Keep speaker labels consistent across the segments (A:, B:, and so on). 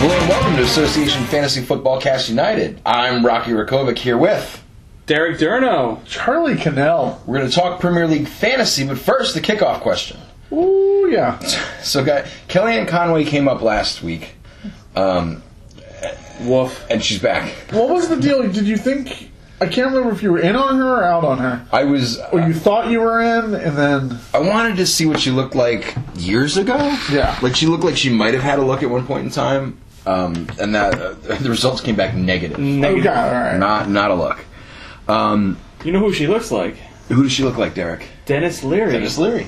A: Hello and welcome to Association Fantasy Football Cast United. I'm Rocky Rakovic here with.
B: Derek Durno.
C: Charlie Cannell.
A: We're going to talk Premier League fantasy, but first the kickoff question.
C: Ooh, yeah.
A: So, guy Kellyanne Conway came up last week, um,
B: Woof.
A: and she's back.
C: What was the deal? Did you think? I can't remember if you were in on her or out on her.
A: I was.
C: Or you thought you were in, and then
A: I wanted to see what she looked like years ago.
C: Yeah.
A: like she looked like she might have had a look at one point in time, um, and that uh, the results came back negative.
C: oh
B: Negative.
C: god, all right.
A: Not not a look. Um,
B: You know who she looks like?
A: who does she look like, Derek?
B: Dennis Leary.
A: Dennis Leary.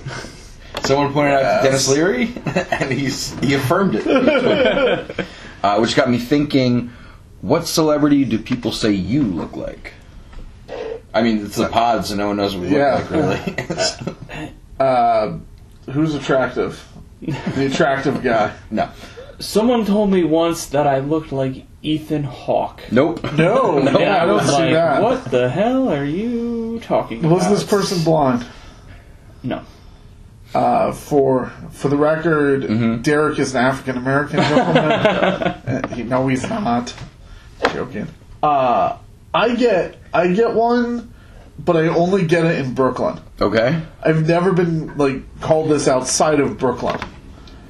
A: Someone pointed out Dennis Leary, and he's he affirmed it, uh, which got me thinking: What celebrity do people say you look like? I mean, it's the pod, so no one knows what we
C: Yeah.
A: look like, really.
C: Uh, who's attractive? The attractive guy.
A: no,
B: Someone told me once that I looked like Ethan Hawke.
A: nope.
C: No, no,
B: And
C: Oh, I don't
B: was
C: see
B: like,
C: that.
B: What the hell are you talking
C: Was
B: about?
C: this person blonde?
B: No.
C: Uh, for for the record, Derek is an African American gentleman. Uh, he- no, he's not. Joking. Uh, I get I get one, but I only get it in Brooklyn.
A: Okay,
C: I've never been like called this outside of Brooklyn.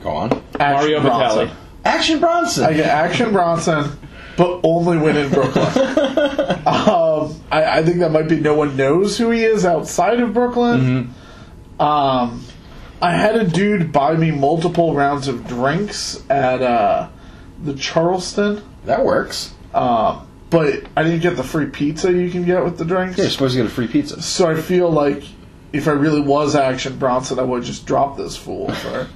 A: go on.
C: Action
B: Mario
C: Bronson.
B: Batali.
A: Action Bronson.
C: I get Action Bronson, but only when in Brooklyn. um, I, I think that might be no one knows who he is outside of Brooklyn. Um, I had a dude buy me multiple rounds of drinks at uh, the Charleston,
A: that works.
C: um, but I didn't get the free pizza you can get with the drinks.
A: Yeah, you're supposed to get a free pizza.
C: So I feel like if I really was Action Bronson, I would just drop this fool for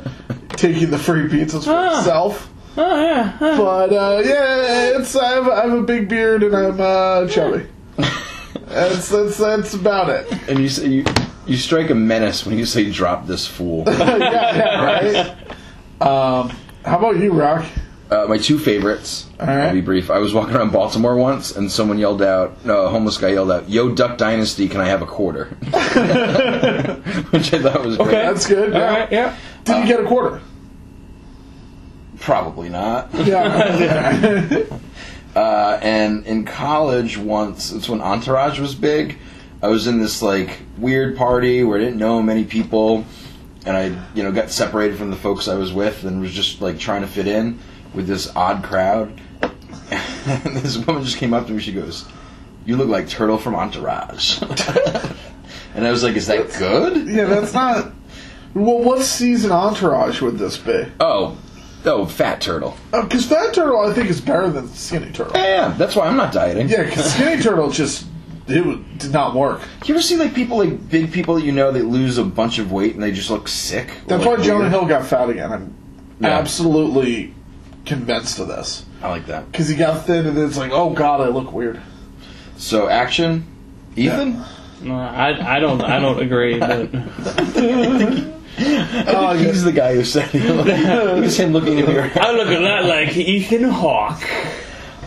C: taking the free pizzas for himself.
B: Oh, yeah. huh.
C: But uh, yeah, it's I have, I have a big beard and I'm uh, chubby. that's, that's that's about it.
A: And you say you you strike a menace when you say drop this fool.
C: yeah, yeah, right. Um, how about you, Rock?
A: Uh, my two favorites.
C: right.
A: I'll be brief. I was walking around Baltimore once, and someone yelled out, no, a homeless guy yelled out, "Yo, Duck Dynasty, can I have a quarter?" Which I thought was great.
B: Okay.
C: That's good.
B: All
C: yeah.
B: right, yeah.
C: Did you get a quarter?
A: Probably not.
C: Yeah.
A: Uh, and in college once, it's when Entourage was big. I was in this like weird party where I didn't know many people, and I you know got separated from the folks I was with and was just like trying to fit in with this odd crowd. And this woman just came up to me. She goes, "You look like Turtle from Entourage," and I was like, "Is that good?"
C: yeah, that's not. Well, what season entourage would this be?
A: Oh, oh, fat turtle.
C: Because Fat Turtle, I think, is better than Skinny Turtle.
A: Yeah, that's why I'm not dieting.
C: Yeah, because Skinny Turtle just it wa- did not work.
A: You ever see like people like big people that you know that lose a bunch of weight and they just look sick? or,
C: That's
A: like,
C: why Jonah
A: weird?
C: Hill got fat again. I'm
A: Yeah.
C: absolutely convinced of this
A: I like that.
C: because he got thin and it's like, oh god, I look weird.
A: So action, Ethan.
B: No, I, I don't I don't agree. But
C: Oh, yeah.
A: He's the guy who said it was him looking in the mirror.
B: I look a lot like Ethan Hawke.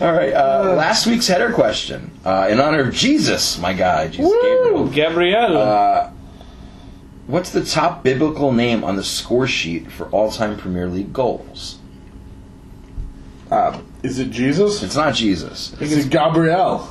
A: All right. Uh, last week's header question, uh, in honor of Jesus, my guy, Jesus Gabriel.
B: Gabrielle.
A: Uh, what's the top biblical name on the score sheet for all-time Premier League goals?
C: Uh, is it Jesus?
A: It's not Jesus.
C: Is it Gabrielle?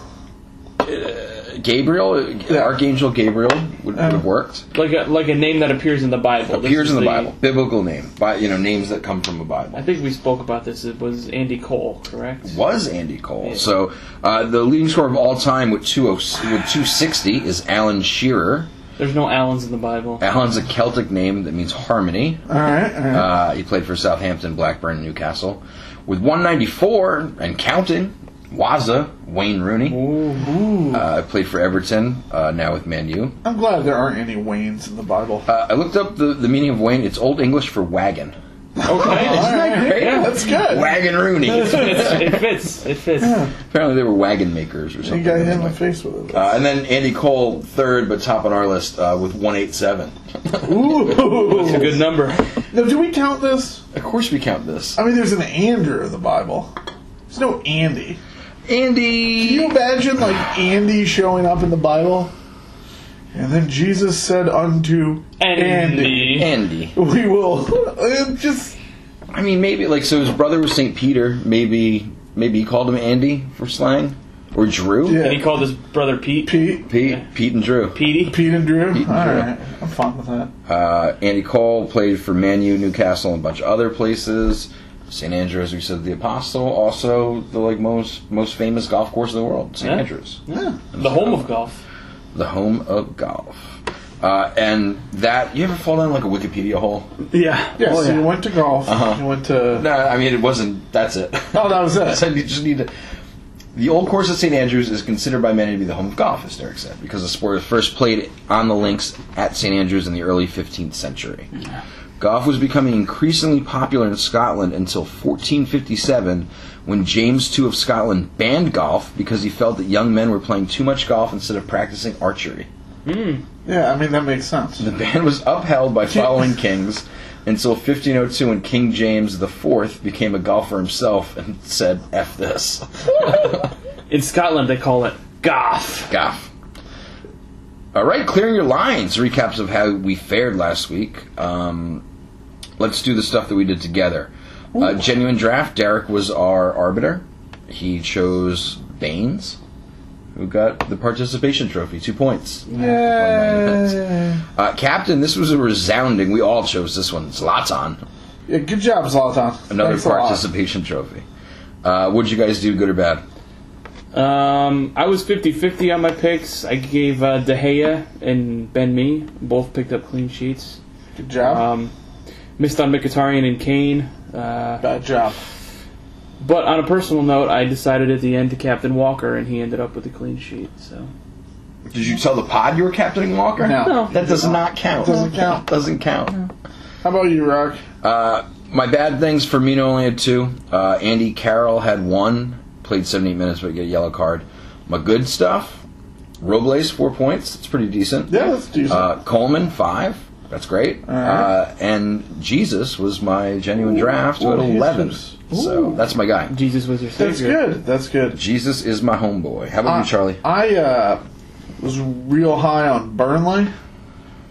A: uh, Gabriel, Archangel Gabriel would, would
C: Uh,
A: have worked.
B: Like a, like a name that appears in the Bible. This
A: Appears
B: is
A: in the Bible, biblical name, by you know names that come from the Bible.
B: I think we spoke about this. It was Andy Cole, correct?
A: Was Andy Cole. So uh, the leading scorer of all time with two oh, with two sixty is Alan Shearer.
B: There's no Allens in the Bible.
A: Alan's a Celtic name that means harmony.
C: All right, all right.
A: Uh, he played for Southampton, Blackburn, and Newcastle. With 194 and counting, Waza, Wayne Rooney.
C: Ooh.
A: Uh, played for Everton, uh, now with Man U.
C: I'm glad there aren't any Waynes in the Bible.
A: Uh, I looked up the, the meaning of Wayne. It's Old English for wagon.
B: Okay.
C: All right,
A: great?
C: yeah, that's good.
A: Wagon Rooney.
B: it fits. It fits.
A: Apparently they were wagon makers or
C: You
A: something.
C: got hit in the
A: Anyway.
C: face with it.
A: Uh, and then Andy Cole, third, but top on our list uh, with 187.
B: It's a
C: Ooh.
B: good number.
C: Now, do we count this?
A: Of course we count this.
C: I mean, there's an Andrew in the Bible. There's no Andy. Can you
A: Andy.
C: imagine like Andy showing up in the Bible? And then Jesus said unto Andy,
B: Andy.
A: Andy.
C: "We will it just
A: I mean, maybe like so. His brother was Saint Peter. Maybe, maybe he called him Andy for slang, or Drew.
C: Yeah.
B: And he called his brother Pete.
C: Pete,
A: Pete, Pete and Drew.
B: Petey.
C: Pete and Drew.
A: Pete and
C: All
A: Drew.
C: right, I'm fine with that.
A: Uh, Andy Cole played for Man U, Newcastle, and a bunch of other places. St. Andrew, as we said, the Apostle, also the like most most famous golf course in the world, St.
B: Yeah.
A: Andrews,
C: Yeah.
B: The home of golf.
A: the home of golf. Uh, and that you ever fall down like a Wikipedia hole?
B: Yeah.
C: Yeah, Oh, so you went to golf.
A: Uh-huh.
C: You went to.
A: No, I mean it wasn't. That's it.
C: Oh, that was it.
A: So you just need to. The old course at St. Andrews is considered by many to be the home of golf, as Derek said, because the sport was first played on the links at St. Andrews in the early 15th century. Golf was becoming increasingly popular in Scotland until 1457, when James II of Scotland banned golf because he felt that young men were playing too much golf instead of practicing archery.
C: Yeah, I mean that makes sense.
A: The ban was upheld by following kings until 1502 when King James IV became a golfer himself and said, F this.
B: In Scotland, they call it golf.
A: Gaff. All right, clearing your lines. Recaps of how we fared last week. Um, let's do the stuff that we did together. Uh, genuine draft. Derek was our arbiter. He chose Baines, who got the participation trophy, two points.
C: Yeah.
A: Uh, captain, this was a resounding. We all chose this one. It's Latan.
C: yeah. Good job, Zlatan.
A: Another
C: Thanks a lot.
A: participation trophy. Uh, what'd you guys do, good or bad?
B: Um, I was 50-50 on my picks. I gave uh, De Gea and Ben Me. Both picked up clean sheets.
C: Good job.
B: Um, missed on Mkhitaryan and Kane. Uh,
C: Bad job.
B: but on a personal note, I decided at the end to captain Walker, and he ended up with a clean sheet. So
A: Did you tell the pod you were captaining Walker?
C: No. No.
A: That does not count.
C: Doesn't count.
A: Doesn't count.
C: How about you, Rock?
A: Uh, my bad things, Firmino only had two. Uh, Andy Carroll had one, played 78 minutes but got a yellow card. My good stuff, Robles, four points. That's pretty decent.
C: Yeah, that's decent.
A: Uh, Coleman, five. That's great. Uh, and Jesus was my genuine draft who had
C: Ooh,
A: 11.
C: Jesus.
A: So
C: Ooh.
A: that's my guy.
B: Jesus was your savior.
C: that's good. That's good.
A: Jesus is my homeboy. How about you, Charlie?
C: Uh, I uh, was real high on Burnley,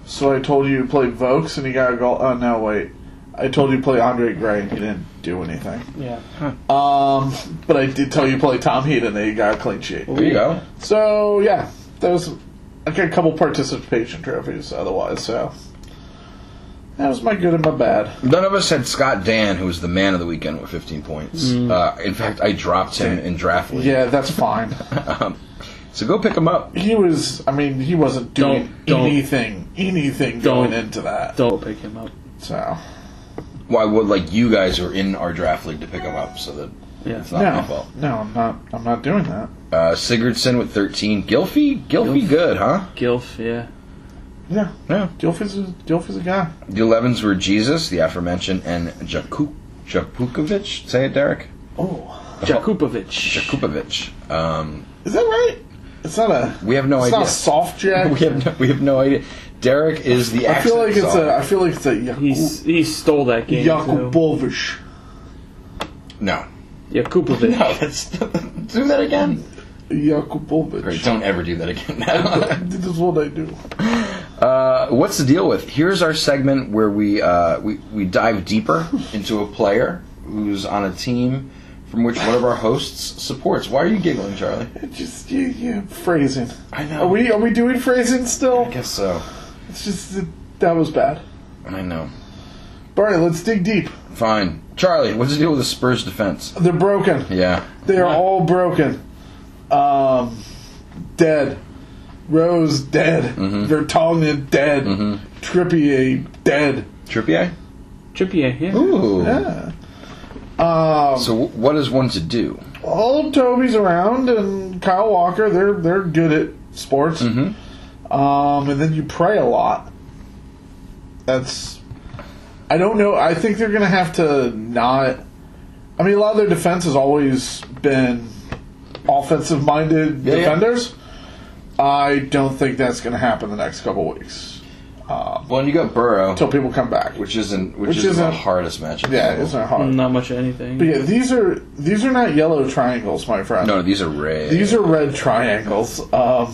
C: so I told you to play Vokes, and he got a goal. Oh no, wait! I told you to play Andre Gray, and he didn't do anything.
B: Yeah.
C: Um, but I did tell you to play Tom Heaton, and he got a clean sheet.
A: There you go.
C: So yeah, that was I got a couple participation trophies. Otherwise, so that was my good and my bad.
A: None of us had Scott Dan, who was the man of the weekend with 15 points. Uh, in fact, I dropped him in draft league.
C: Mm. Yeah, that's fine.
A: So go pick him up.
C: He was. I mean, he wasn't doing
B: Don't- don't-
C: anything, anything
B: Don't-
C: going into that.
B: Don't pick him up.
C: So.
A: Well, I would like you guys who are in our draft league to pick them up so that
B: Yeah.
A: it's not my fault.
C: No, no, I'm not. I'm not doing that.
A: Uh, Sigurdsson with 13. Gilfy? Gilfy good, huh?
B: Gilf. Yeah.
C: Yeah,
A: Yeah.
C: Dilfy's a, Dilfy's a guy.
A: The 11s were Jesus, the aforementioned, and Jakub, Jakukovic. Say it, Derek.
C: Oh,
B: Jakupovic.
A: Jakupovic. Um,
C: is that right? It's not a.
A: we have no
C: it's
A: idea.
C: not a soft jack.
A: we have no, we have no idea. Derek is the
C: I
A: accent
C: feel like it's
A: czar.
C: a. I feel like it's a
B: He's he stole that game too.
C: Yakubovish.
A: no.
B: Jakupovic.
A: No, that's do that again. Great,
C: Yakubovich.
A: don't ever do that again. Now.
C: This is what I do.
A: Uh, what's the deal with? Here's our segment where we uh, we we dive deeper into a player who's on a team from from which one of our hosts supports. Why are you giggling, Charlie?
C: Just you, you, phrasing.
A: I know.
C: Are we are we doing phrasing still?
A: I guess so.
C: It's just that, that was bad.
A: I know.
C: Barney, let's dig deep.
A: Fine. Charlie, what's the deal with the Spurs defense?
C: They're broken.
A: Yeah.
C: They are all broken. Um, dead. Rose dead. Vertonghen dead. Trippier dead.
A: Trippier?
B: Trippier, eh? yeah.
A: Ooh.
C: Yeah. Um,
A: So w- what is one to do?
C: all Toby's around and Kyle Walker, they're they're good at sports.
A: Mm-hmm.
C: Um, and then you pray a lot. That's I don't know. I think they're gonna have to not. I mean, a lot of their defense has always been offensive minded
A: Yeah, yeah.
C: defenders. I don't think that's gonna happen the next couple weeks
A: Well, you got Burrow,
C: until people come back. Which
A: which isn't which,
C: Which
A: isn't, the
C: isn't-
A: hardest matchup.
C: yeah, it's not hard.
B: Not much of anything.
C: But yeah, these are these are not yellow triangles, my friend.
A: No, these are red.
C: These are red triangles. Um,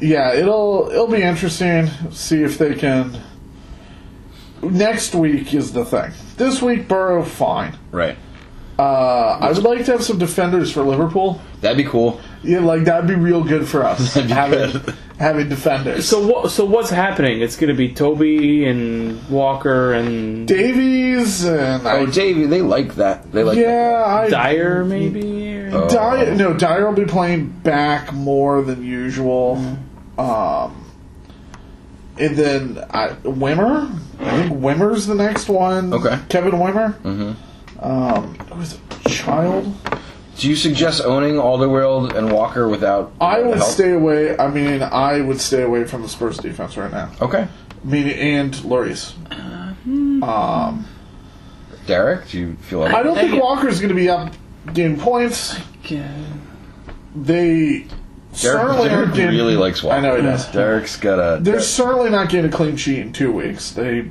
C: yeah, it'll it'll be interesting. See if they can. Next week is the thing. This week, Burrow fine.
A: right.
C: Uh, I would like to have some defenders for Liverpool.
A: That'd be cool.
C: Yeah, like that'd be real good for us
A: That'd be
C: having
A: good.
C: having defenders.
B: So what? So what's happening? It's gonna be Toby and Walker and
C: Davies and I,
A: Oh, Davey, they like that. They like
C: yeah, I
B: Dyer, maybe. or-
C: Uh,
A: Oh.
C: Dyer, no, Dyer will be playing back more than usual.
A: Mm-hmm.
C: Um, and then I, Wimmer, I think Wimmer's the next one.
A: Okay.
C: Kevin Wimmer. Mm-hmm. Um, who is it? Child.
A: that. Do you suggest owning Alderweireld and Walker without?
C: I would
A: help?
C: stay away. I mean, I would stay away from the Spurs defense right now.
A: Okay,
C: I mean, and Lurie's.
A: Derek. Do you feel like?
C: I don't think Walker's going to be up getting points.
B: Yeah.
C: They
A: Derek,
C: certainly
A: Derek
C: aren't getting.
A: really likes Walker.
C: I know he does.
A: Derek's got a.
C: They're certainly not getting a clean sheet in two weeks. They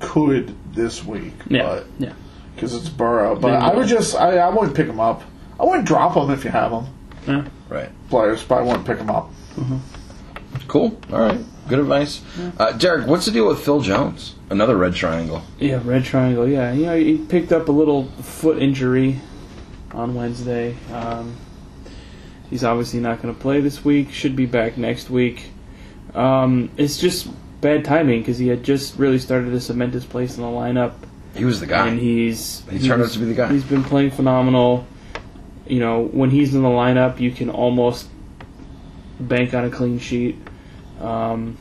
C: could this week,
B: Yeah.
C: but
B: yeah.
C: because it's Burrow. But
B: They
C: I would
B: will.
C: just, I, I wouldn't pick them up. I wouldn't drop them if you have them.
B: Yeah.
A: right.
C: Players, but I wouldn't pick them up.
A: Cool. All right. Good advice. Uh, Derek, what's the deal with Phil Jones? Another red triangle.
B: Yeah, red triangle. Yeah, you know, he picked up a little foot injury on Wednesday. Um, he's obviously not going to play this week. Should be back next week. Um, it's just bad timing because he had just really started to cement his place in the lineup,
A: He was the guy.
B: and he's
A: He turned out to be the guy.
B: He's been playing phenomenal. You know, when he's in the lineup, you can almost bank on a clean sheet. Um,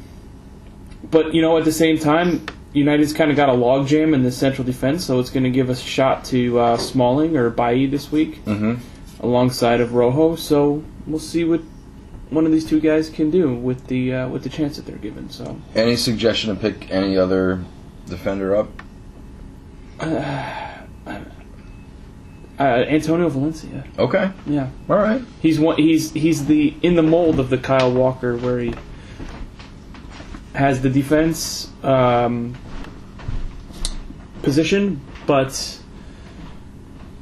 B: but you know, at the same time, United's kind of got a logjam in the central defense, so it's going to give us a shot to uh, Smalling or Bailly this week,
A: Mm-hmm.
B: alongside of Rojo. So we'll see what one of these two guys can do with the uh, with the chance that they're given. So
A: Any suggestion to pick any other defender up?
B: uh, Antonio Valencia,
A: Okay.
B: yeah.
A: All right.
B: He's one. He's he's the in the mold of the Kyle Walker, where he has the defense um, position, but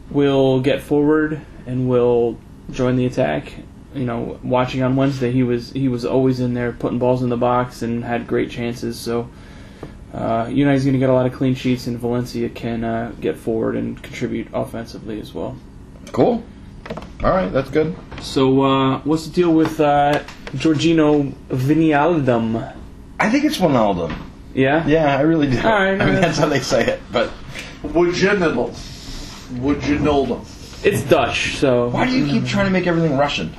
B: will get forward and will join the attack. You know, watching on Wednesday, he was he was always in there putting balls in the box and had great chances. So. Uh, United's going to get a lot of clean sheets, and Valencia can uh, get forward and contribute offensively as well.
A: Cool. All right. That's good.
B: So, uh, what's the deal with uh, Giorgino Vinaldum?
A: I think it's Wijnaldum.
B: Yeah?
A: Yeah, I really do.
B: All right.
A: I mean, that's how they say it. But
C: Would you know them? Would you know them?
B: It's Dutch, so.
A: why do you keep trying to make everything Russian?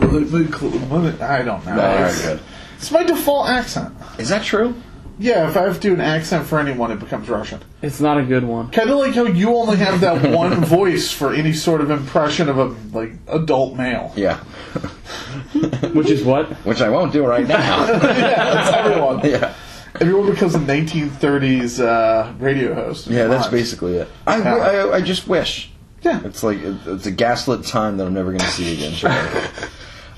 C: I don't know.
A: All right,
C: it's,
A: good.
C: it's my default accent.
A: Is that true?
C: Yeah, if I have to do an accent for anyone, it becomes Russian.
B: It's not a good one.
C: Kind of like how you only have that one voice for any sort of impression of a like adult male.
A: Yeah.
B: Which is what?
A: Which I won't do right now.
C: Yeah, that's everyone.
A: yeah.
C: Everyone becomes a 1930s uh, radio host.
A: Yeah, that's
C: Come on.
A: basically it. I, I, I just wish.
C: Yeah.
A: It's like it- it's a gaslit time that I'm never going to see again. Sure.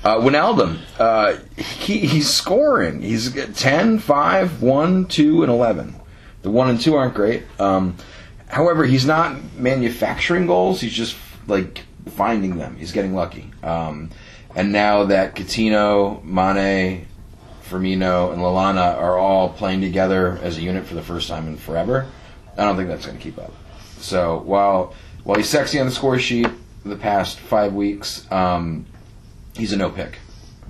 A: Uh, Wijnaldum, uh, he, he's scoring. He's got 10, 5, 1, 2, and 11. The 1 and 2 aren't great. Um, however, he's not manufacturing goals. He's just, like, finding them. He's getting lucky. Um, and now that Coutinho, Mane, Firmino, and Lalana are all playing together as a unit for the first time in forever, I don't think that's going to keep up. So while While he's sexy on the score sheet the past five weeks, um, he's a no pick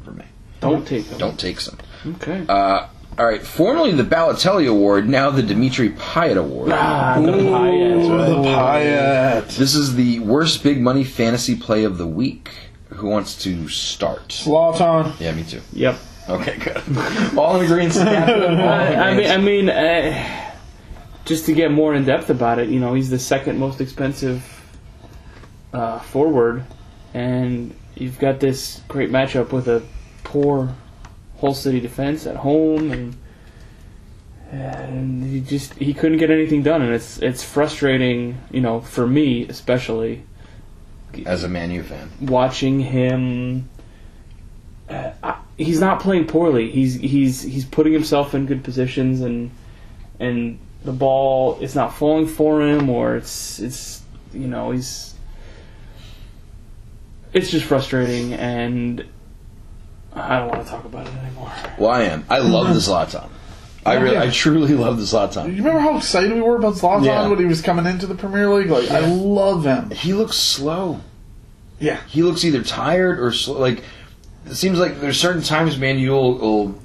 A: for me.
B: Don't take them.
A: Don't take some.
B: Okay.
A: Uh, all right, formerly the Balotelli Award, now the Dimitri Payet Award.
B: ah, the Payet.
C: The
A: Oh.
C: Pyatt.
A: This is the worst big money fantasy play of the week. Who wants to start?
C: Slaughton.
A: Yeah, me too.
B: Yep.
A: Okay, good. All in agreement. Catherine, all in
B: I mean,
A: agreement.
B: I mean, uh, just to get more in depth about it, you know, he's the second most expensive uh, forward, and you've got this great matchup with a poor whole city defense at home, and, and he just he couldn't get anything done, and it's it's frustrating, you know, for me especially
A: As a Man U fan,
B: watching him. Uh, I- he's not playing poorly. He's he's he's putting himself in good positions, and and the ball is not falling for him, or it's it's you know he's it's just frustrating, and I don't want to talk about it anymore.
A: well, I am. I love the Zlatan. I really, I truly love the
C: You
A: Zlatan.
C: remember how excited we were about Zlatan
A: Yeah.
C: when he was coming into the Premier League? Like, I love him.
A: He looks slow.
C: Yeah.
A: he looks either tired or sl- like it seems like there's certain times man will, will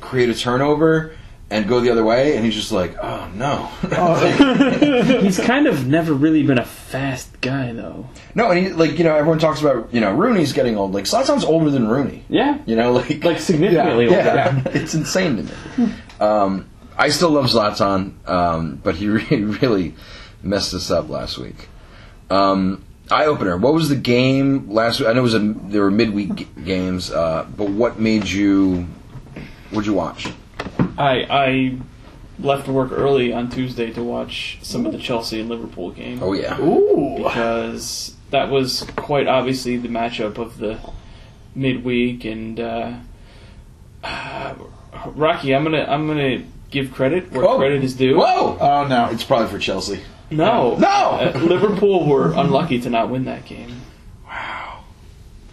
A: create a turnover and go the other way and he's just like oh no
B: He's kind of never really been a fast guy though.
A: no and he like you know everyone talks about you know rooney's getting old like Zlatan's older than rooney
B: Yeah,
A: you know like
B: like significantly.
A: yeah,
B: older.
A: it's insane to me um, i still love Zlatan, um, but he really, really messed us up last week um, eye opener what was the game last week i know it was a, there were midweek g- games uh, but what made you what'd you watch
B: I I left work early on Tuesday to watch some of the Chelsea and Liverpool game
A: Oh yeah.
C: Ooh.
B: because that was quite obviously the matchup of the midweek and uh, uh, Rocky. I'm gonna I'm gonna give credit where
A: Oh.
B: credit is due.
A: Whoa!
C: Oh, no.
A: It's probably for Chelsea.
B: No,
A: No!
B: Uh, Liverpool were unlucky to not win that game.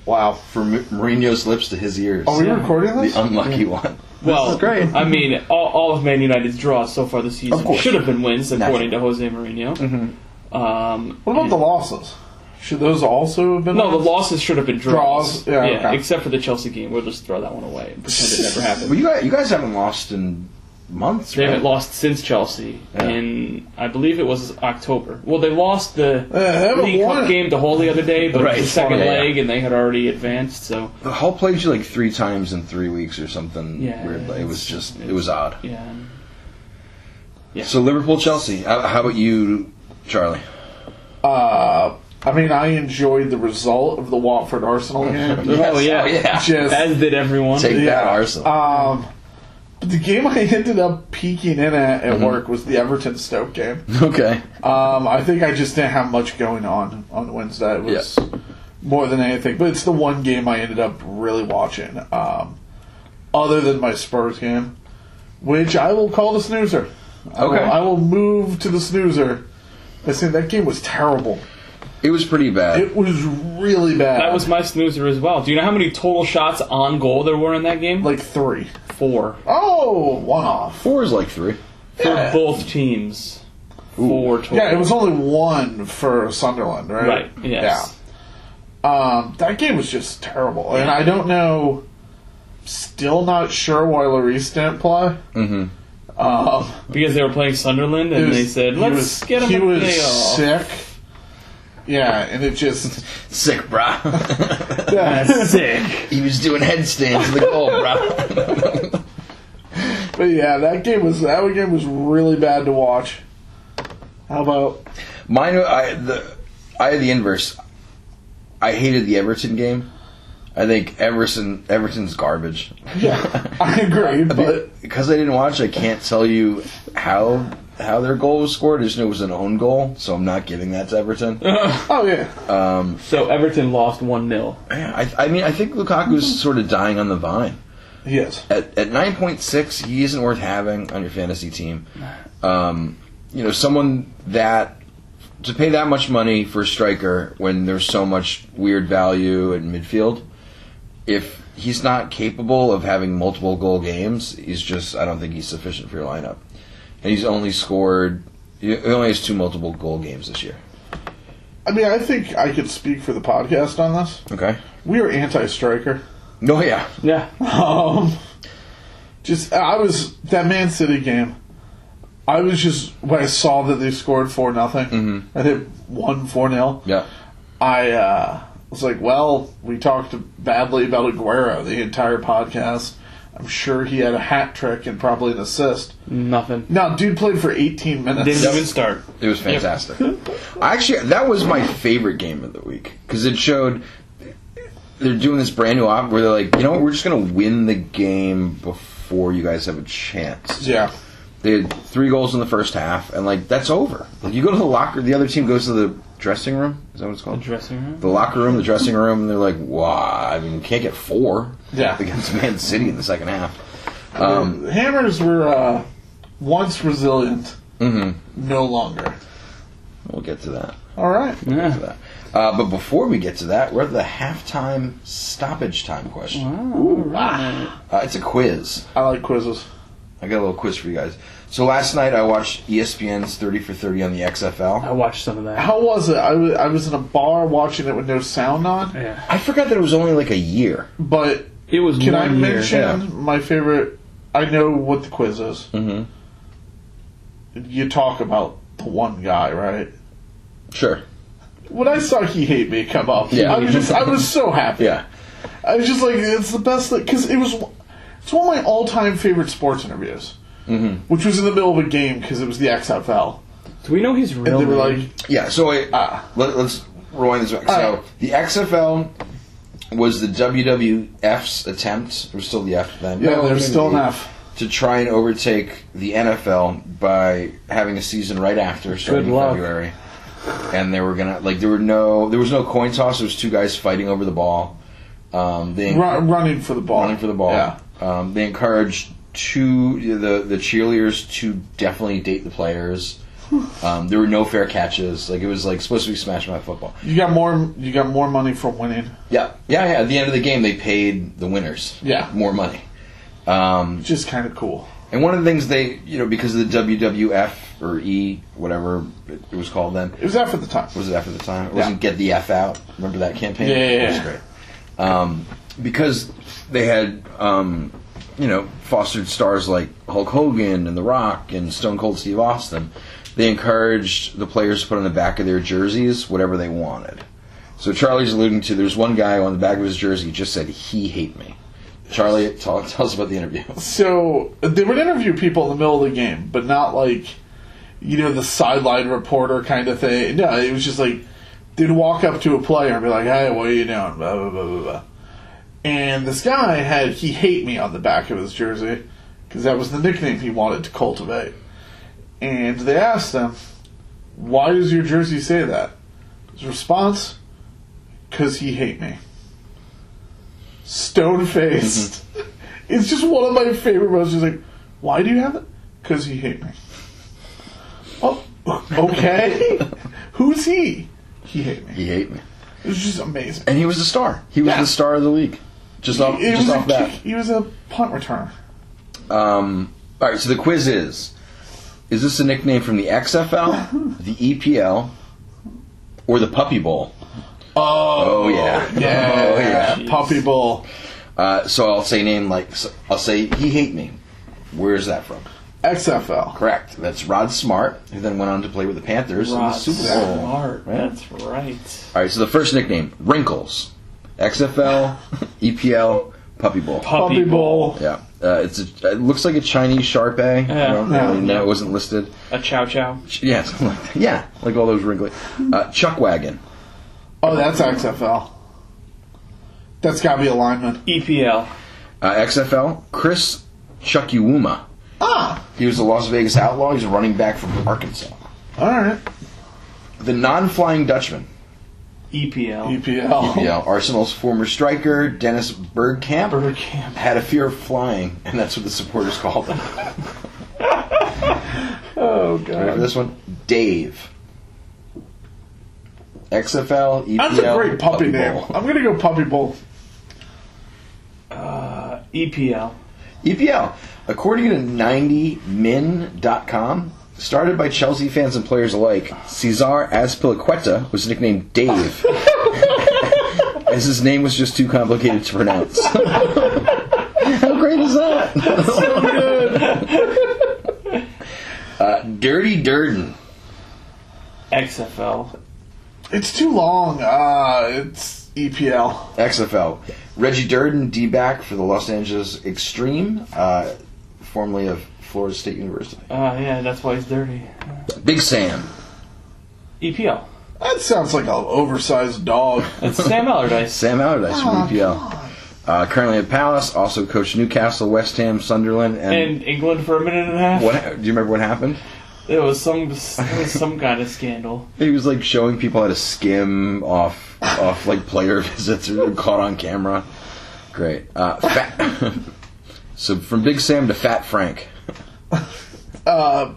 A: Wow. From Mourinho's lips to his ears.
C: Are we
B: Yeah.
C: recording this?
A: the unlucky one.
B: well,
A: is great.
B: I mean, all, all of Man United's draws so far this
A: Of
B: season
A: course. Mm-hmm.
B: should have been wins, according
A: Naturally.
B: to Jose Mourinho. Um,
C: What about the losses? Should those also have been
B: No, the losses should have been draws.
C: Draws, yeah, okay.
B: except for the Chelsea game. We'll just throw that one away and pretend it never
A: Well,
B: happened.
A: you guys, you guys haven't lost in months,
B: They haven't
A: right?
B: lost since Chelsea in, I believe it was October. Well, they lost the
C: they haven't
B: League
C: won.
B: Cup game to Hull the other day, but it
A: Right.
B: was the second
A: Yeah, yeah.
B: leg, and they had already advanced. So
A: The Hull played you like three times in three weeks or something.
B: Yeah,
A: weird. It was
B: it's-
A: just, it was odd.
B: yeah,
A: So Liverpool, Chelsea. How, how about you, Charlie?
C: Uh, I mean, I enjoyed the result of the Watford Arsenal game.
B: oh yeah,
A: yeah.
C: Just
B: as did everyone.
A: Take
C: Yeah.
A: that, Arsenal.
C: Um, but the game I ended up peeking in at
A: Mm-hmm.
C: at work was the Everton Stoke game.
A: okay.
C: Um, I think I just didn't have much going on on Wednesday. It was more than anything, but it's the one game I ended up really watching, um, other than my Spurs game, which I will call the snoozer. I will-
A: Okay.
C: I will move to the snoozer. I say that game was terrible.
A: It was pretty bad.
C: It was really bad.
B: That was my snoozer as well. Do you know how many total shots on goal there were in that game?
C: like three.
B: four
C: Oh, one off.
A: Four is like three.
B: for both teams. Four total.
C: Yeah, it was only one for Sunderland, right?
B: right. Yes.
C: Yeah. Um, that game was just terrible, and I don't know. Still not sure why Lloris didn't play.
A: Mm-hmm.
C: Um,
B: Because they were playing Sunderland and
C: he was-
B: they said,
C: he
B: let's
C: was-
B: get him
C: He
B: a
C: was
B: day off.
C: sick. Yeah, and it just
A: Sick, brah.
C: yeah.
B: Sick.
A: he was doing headstands in the goal, brah.
C: but yeah, that game was that game was really bad to watch. How about
A: Mine, I the, I had the inverse. I hated the Everton game. I think Everton Everton's garbage.
C: yeah? I agree, but
A: But because I didn't watch, I can't tell you how how their goal was scored. I just know it was an own goal, so I'm not giving that to Everton.
C: oh yeah,
A: Um,
B: So Everton lost 1 0.
A: yeah, I, I mean, I think Lukaku's sort of dying on the vine.
C: yes.
A: At at 9.6, he isn't worth having on your fantasy team. Um, you know, someone that to pay that much money for a striker when there's so much weird value in midfield, if he's not capable of having multiple goal games, he's just I don't think he's sufficient for your lineup. And he's only scored he only has two multiple goal games this year.
C: I mean, I think I could speak for the podcast on this.
A: Okay.
C: We are anti-striker.
A: No, yeah.
B: Yeah.
C: Um, just I was that Man City game. I was just when I saw that they scored four nothing and it won four 0
A: Yeah.
C: I uh, was like, well, we talked badly about Aguero the entire podcast. I'm sure he had a hat trick and probably an assist.
B: Nothing.
C: Now, dude played for 18 minutes.
D: Didn't even start.
A: It was fantastic. Actually, that was my favorite game of the week because it showed they're doing this brand new op where they're like, you know, what, we're just gonna win the game before you guys have a chance.
C: Yeah.
A: They had three goals in the first half, and like that's over. Like you go to the locker, the other team goes to the dressing room. Is that what it's called?
B: Dressing room.
A: the locker room, the dressing room, and they're like, "Wow, I mean, we can't get four
C: Yeah.
A: against Man City in the second half." Um,
C: Hammers were uh, once resilient,
A: mhm.
C: no longer.
A: We'll get to that.
C: All right.
A: to
B: Yeah.
A: that. Uh, but before we get to that, we're at the halftime stoppage time question. Uh, it's a quiz.
C: I like quizzes.
A: I got a little quiz for you guys. So last night I watched E ESPN's 30 for 30 on the
B: I
A: XFL.
B: watched some of that.
C: How was it? I wa- I was in a bar watching it with no sound on,
B: Yeah.
A: I forgot that it was only like a year.
C: but
B: It was
C: can I
B: one year.
C: mention
A: yeah.
C: my favorite? I know what the quiz is.
A: Mm-hmm.
C: You talk about the one guy, right?
A: Sure.
C: When I saw he hate me come up,
A: Yeah.
C: I was just I was so happy.
A: Yeah.
C: I was just like, it's the best thing because it was it's one of my all time favorite sports interviews, mm-hmm. which was in the middle of a game because it was the XFL,
B: Do we know his
C: and
B: real
C: they were
B: name?
C: like,
A: Yeah, so I, uh,
C: Ah.
A: let, us rewind this back. So
C: Alright.
A: the XFL was the WWF's attempt. It was still the F then.
C: yeah,
A: No, maybe
C: there's still an
A: the-
C: F.
A: To try and overtake the NFL by having a season right after, starting
B: Good
A: in
B: luck.
A: February. And they were gonna like there were no there was no coin toss. There was two guys fighting over the ball. Um, they
C: Run, running for the ball.
A: running for the ball.
C: Yeah.
A: Um, they encouraged two the the cheerleaders to definitely date the players. Um, there were no fair catches. Like it was like supposed to be smash mouth football.
C: You got more. You got more money from winning.
A: Yeah, yeah, yeah. At the end of the game, they paid the winners.
C: Yeah.
A: more money. Um,
C: which is kind of cool.
A: and one of the things they you know because of the WWF or E whatever it it was called then
C: It was F at the time.
A: was it after the time? It wasn't Get the F Out. Remember that campaign?
C: Yeah, yeah, yeah.
A: It was great. Um, because they had, um, you know, fostered stars like Hulk Hogan and The Rock and Stone Cold Steve Austin. They encouraged the players to put on the back of their jerseys whatever they wanted. So Charlie's alluding to there's one guy on the back of his jersey just said he hate me. Charlie, tell, tell us about the interview.
C: So they would interview people in the middle of the game, but not like, you know, the sideline reporter kind of thing. No, it was just like they'd walk up to a player and be like, "Hey, what are you doing?" Blah blah blah blah. blah. And this guy had "He Hate Me" on the back of his jersey because that was the nickname he wanted to cultivate. And they asked him, "Why does your jersey say that?" His response, "Cause he hate me." Stone faced.
A: Mm-hmm.
C: It's just one of my favorite moments. He's like, "Why do you have it? Because he hate me." Oh, okay. Who's he? He hate me.
A: He hate me.
C: It was just amazing.
A: And he was the star. He was
C: Yeah.
A: the star of the league. Just off,
C: It
A: just
C: was a
A: off that.
C: kick- He was a punt returner.
A: Um, all right, so the quiz is: Is this a nickname from the XFL, the EPL, or the Puppy Bowl?
C: Oh,
A: Oh yeah,
C: yeah,
A: oh yeah.
C: puppy bowl.
A: Uh, so I'll say name like so I'll say he hate me. Where is that from?
C: XFL.
A: Correct. That's Rod Smart, who then went on to play with the Panthers in the
B: Rod
A: Super Bowl.
B: Smart.
A: Yeah.
B: That's right.
A: All right, so the first nickname: Wrinkles, XFL, EPL, E Puppy Bowl.
C: Puppy bowl.
A: yeah, uh, it's a, it looks like a Chinese Shar Pei. I
B: Yeah.
A: don't really know. It wasn't listed.
B: A chow chow.
A: Yeah, something like that. yeah, like all those wrinkly. Uh, chuck wagon.
C: Oh, that's XFL. That's got to be a lineman.
B: E EPL.
A: Uh, XFL, Chris Chuckwuma.
C: Ah,
A: He was a Las Vegas outlaw. He's a running back from Arkansas.
C: all right.
A: The non-flying Dutchman.
B: E
C: E
B: EPL.
C: EPL.
A: Yeah, Arsenal's former striker, Dennis Bergkamp,
B: Bergkamp.
A: had a fear of flying, and that's what the supporters called him.
C: Oh
A: Ready for
C: god,
A: Uh, this one? Dave. XFL, EPL.
C: that's a great puppy, name.
A: Bowl.
C: I'm gonna go puppy bowl.
B: Uh, EPL.
A: E EPL. According to 90min.com, Started by Chelsea fans and players alike, Cesar Azpilicueta was nicknamed Dave, as his name was just too complicated to pronounce. How great is that? Uh, Dirty Durden.
B: XFL.
C: It's too long. Uh, it's EPL.
A: XFL. Reggie Durden, D back for the Los Angeles Extreme, uh, formerly of Florida State University.
B: Oh, yeah, that's why he's dirty. E
A: Big Sam.
B: EPL.
C: That sounds like an oversized dog.
B: It's Sam Allardyce.
A: Sam Allardyce from EPL. Uh, currently at Palace, also coached Newcastle, West Ham, Sunderland, and,
B: In England for a minute and a half.
A: what? ha- Do you remember what happened?
B: It was some it was some kind of scandal.
A: He was like showing people how to skim off off like player visits or caught on camera. Great. Uh, fat. so from Big Sam to Fat Frank.
C: Uh,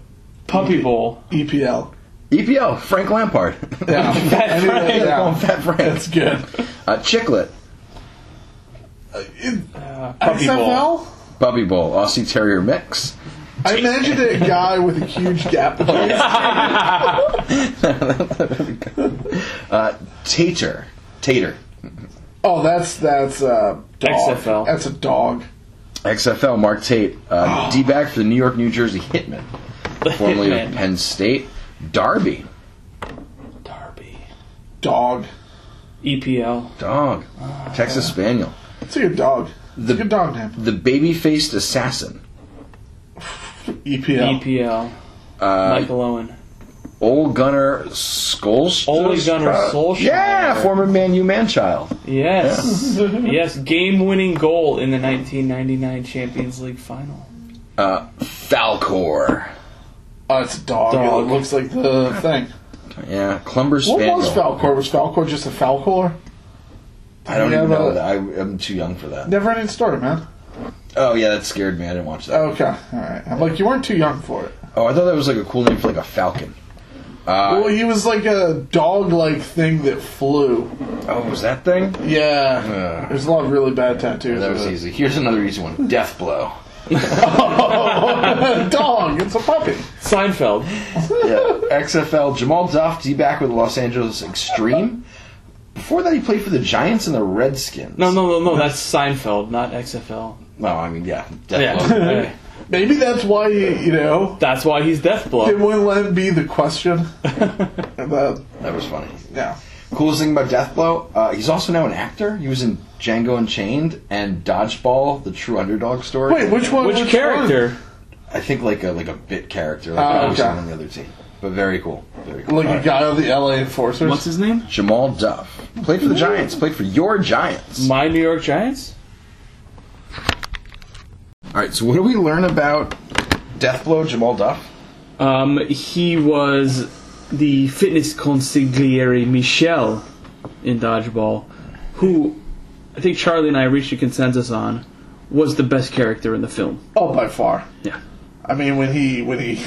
B: Puppy Bowl.
C: E EPL.
A: EPL, E Frank Lampard.
C: Yeah.
B: That's
C: Anyway,
B: right.
C: yeah.
A: Oh, Fat Frank.
C: That's good.
A: Uh, Chiclet,
C: It-
B: Uh, puppy Bowl.
C: XFL?
A: Bubby Bowl, Aussie Terrier Mix.
C: I imagined a guy with a huge gap.
A: Uh, Tater. Tater.
C: Oh, that's that's a dog.
B: XFL.
C: That's a dog.
A: XFL, Mark Tate. Uh, D back for the New York, New Jersey Hitmen.
B: The
A: Formerly of
B: Hitman.
A: Penn State. Darby.
B: Darby. E
C: Dog.
B: EPL.
A: Dog. Texas Spaniel.
C: It's a good dog. It's
A: The-
C: a good dog name.
A: The Baby Faced Assassin. E
C: EPL.
B: EPL. E
A: Uh,
B: Michael Owen.
A: Old Gunner Skulls.
B: Ole Gunnar Solskjaer.
A: Yeah, former Man U Man Child.
B: Yes. yes. Game winning goal in the 1999 Champions League final.
A: Uh, Falcor.
C: Oh, it's a dog.
B: Dog.
C: It looks like the thing.
A: Yeah, Clumber
C: What
A: Spaniel.
C: was Falcor? Was Falcor just a Falcor?
A: I don't
C: Yeah,
A: even know
C: but-
A: that. I, I'm too young for that.
C: Never ending story, man.
A: Oh, yeah, that scared me. I didn't watch that.
C: Okay, all right. I'm like, you weren't too young for it.
A: Oh, I thought that was like a cool name for like a falcon. Uh,
C: Well, he was like a dog-like thing that flew.
A: oh, was that thing?
C: Yeah,
A: Ugh.
C: there's a lot of really bad tattoos.
A: That was
C: of it.
A: easy. Here's another easy one. Death blow.
C: dog. It's a puppy.
B: Seinfeld.
A: Yeah. XFL Jamal Duff D back with the Los Angeles Extreme. Before that, he played for the Giants and the Redskins.
B: No, no, no, no. That's Seinfeld, not XFL.
A: No, I mean, yeah, Death
B: Yeah.
A: blow.
B: Okay.
C: Maybe that's why you know
B: That's why he's
C: they
B: Deathblow.
C: wouldn't let him be the question. But,
A: That was funny.
C: yeah.
A: Coolest thing about Death Blow, uh, he's also now an actor. He was in Django Unchained and Dodgeball: The True Underdog Story.
C: Wait, which one?
B: Which
C: one?
B: character?
A: I think like a like a bit character, like
C: Ah,
A: always
C: okay.
A: on the other team. But very cool. Very cool.
C: Like
A: All
C: a
A: right.
C: guy on the LA Enforcers.
B: What's his name?
A: Jamal Duff. Played for the Giants. Played for your Giants.
B: My New York Giants?
A: All right, so what do we learn about Deathblow Jamal Duff?
B: Um, he was the fitness consigliere Michel in Dodgeball, who I think Charlie and I reached a consensus on was the best character in the film.
C: Oh, by far.
B: Yeah.
C: I mean, when he when he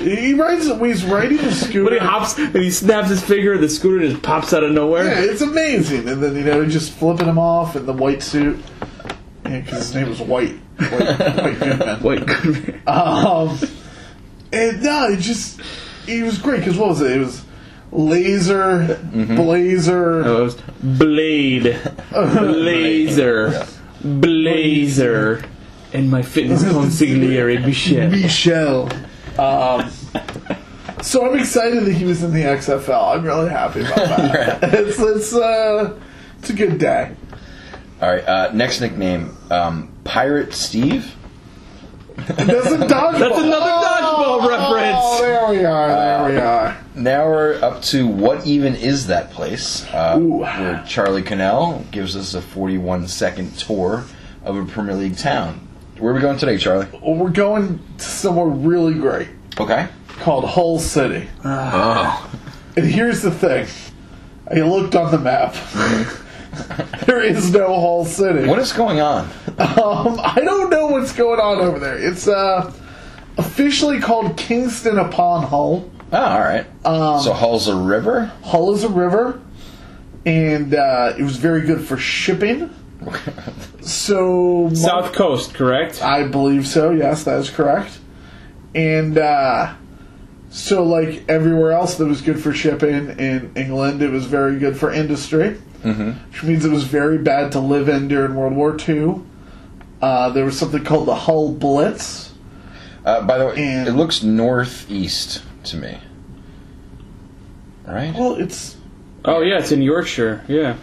C: he rides, when he's riding the scooter.
B: But he hops and he snaps his finger, the scooter just pops out of
C: Yeah,
B: nowhere.
C: it's amazing. And then you know, just flipping him off in the white suit. Yeah, 'cause his name was White. White, White Goodman.
B: Wait, good
C: Um, and no, it just he was great. Because what was it? It was Laser, Blazer.
B: Oh, Mm-hmm. it was Blade, Laser, Blazer, and my fitness consigliere Michel.
C: Michelle. Um, so I'm excited that he was in the XFL. I'm really happy about that. It's it's uh, it's a good day.
A: All right, uh, next nickname um, Pirate Steve.
C: That's a dodgeball.
B: That's another dodgeball
C: Oh,
B: reference.
C: there we are. There we are.
A: Now we're up to What Even Is That Place? Uh,
C: Ooh.
A: where Charlie Cannell gives us a 41 second tour of a Premier League town. Where are we going today, Charlie?
C: Well, we're going to somewhere really great
A: Okay.
C: called Hull City.
A: Oh.
C: And here's the thing I looked on the map.
B: Mm-hmm.
C: there is no Hull City.
A: What is going on?
C: Um, I don't know what's going on over there. It's uh, officially called Kingston upon Hull.
A: Oh, all right.
C: Um,
A: so Hull's a river?
C: Hull is a river, and uh, it was very good for shipping. So
B: South Coast, correct?
C: I believe so. Yes, that is correct. And uh, So, like everywhere else that was good for shipping in England, it was very good for industry, which means it was very bad to live in during World War II. Uh, there was something called the Hull Blitz.
A: Uh, by the way,
C: And-
A: it looks northeast to me. Right?
C: Well, it's
B: Oh yeah, it's in Yorkshire. Yeah,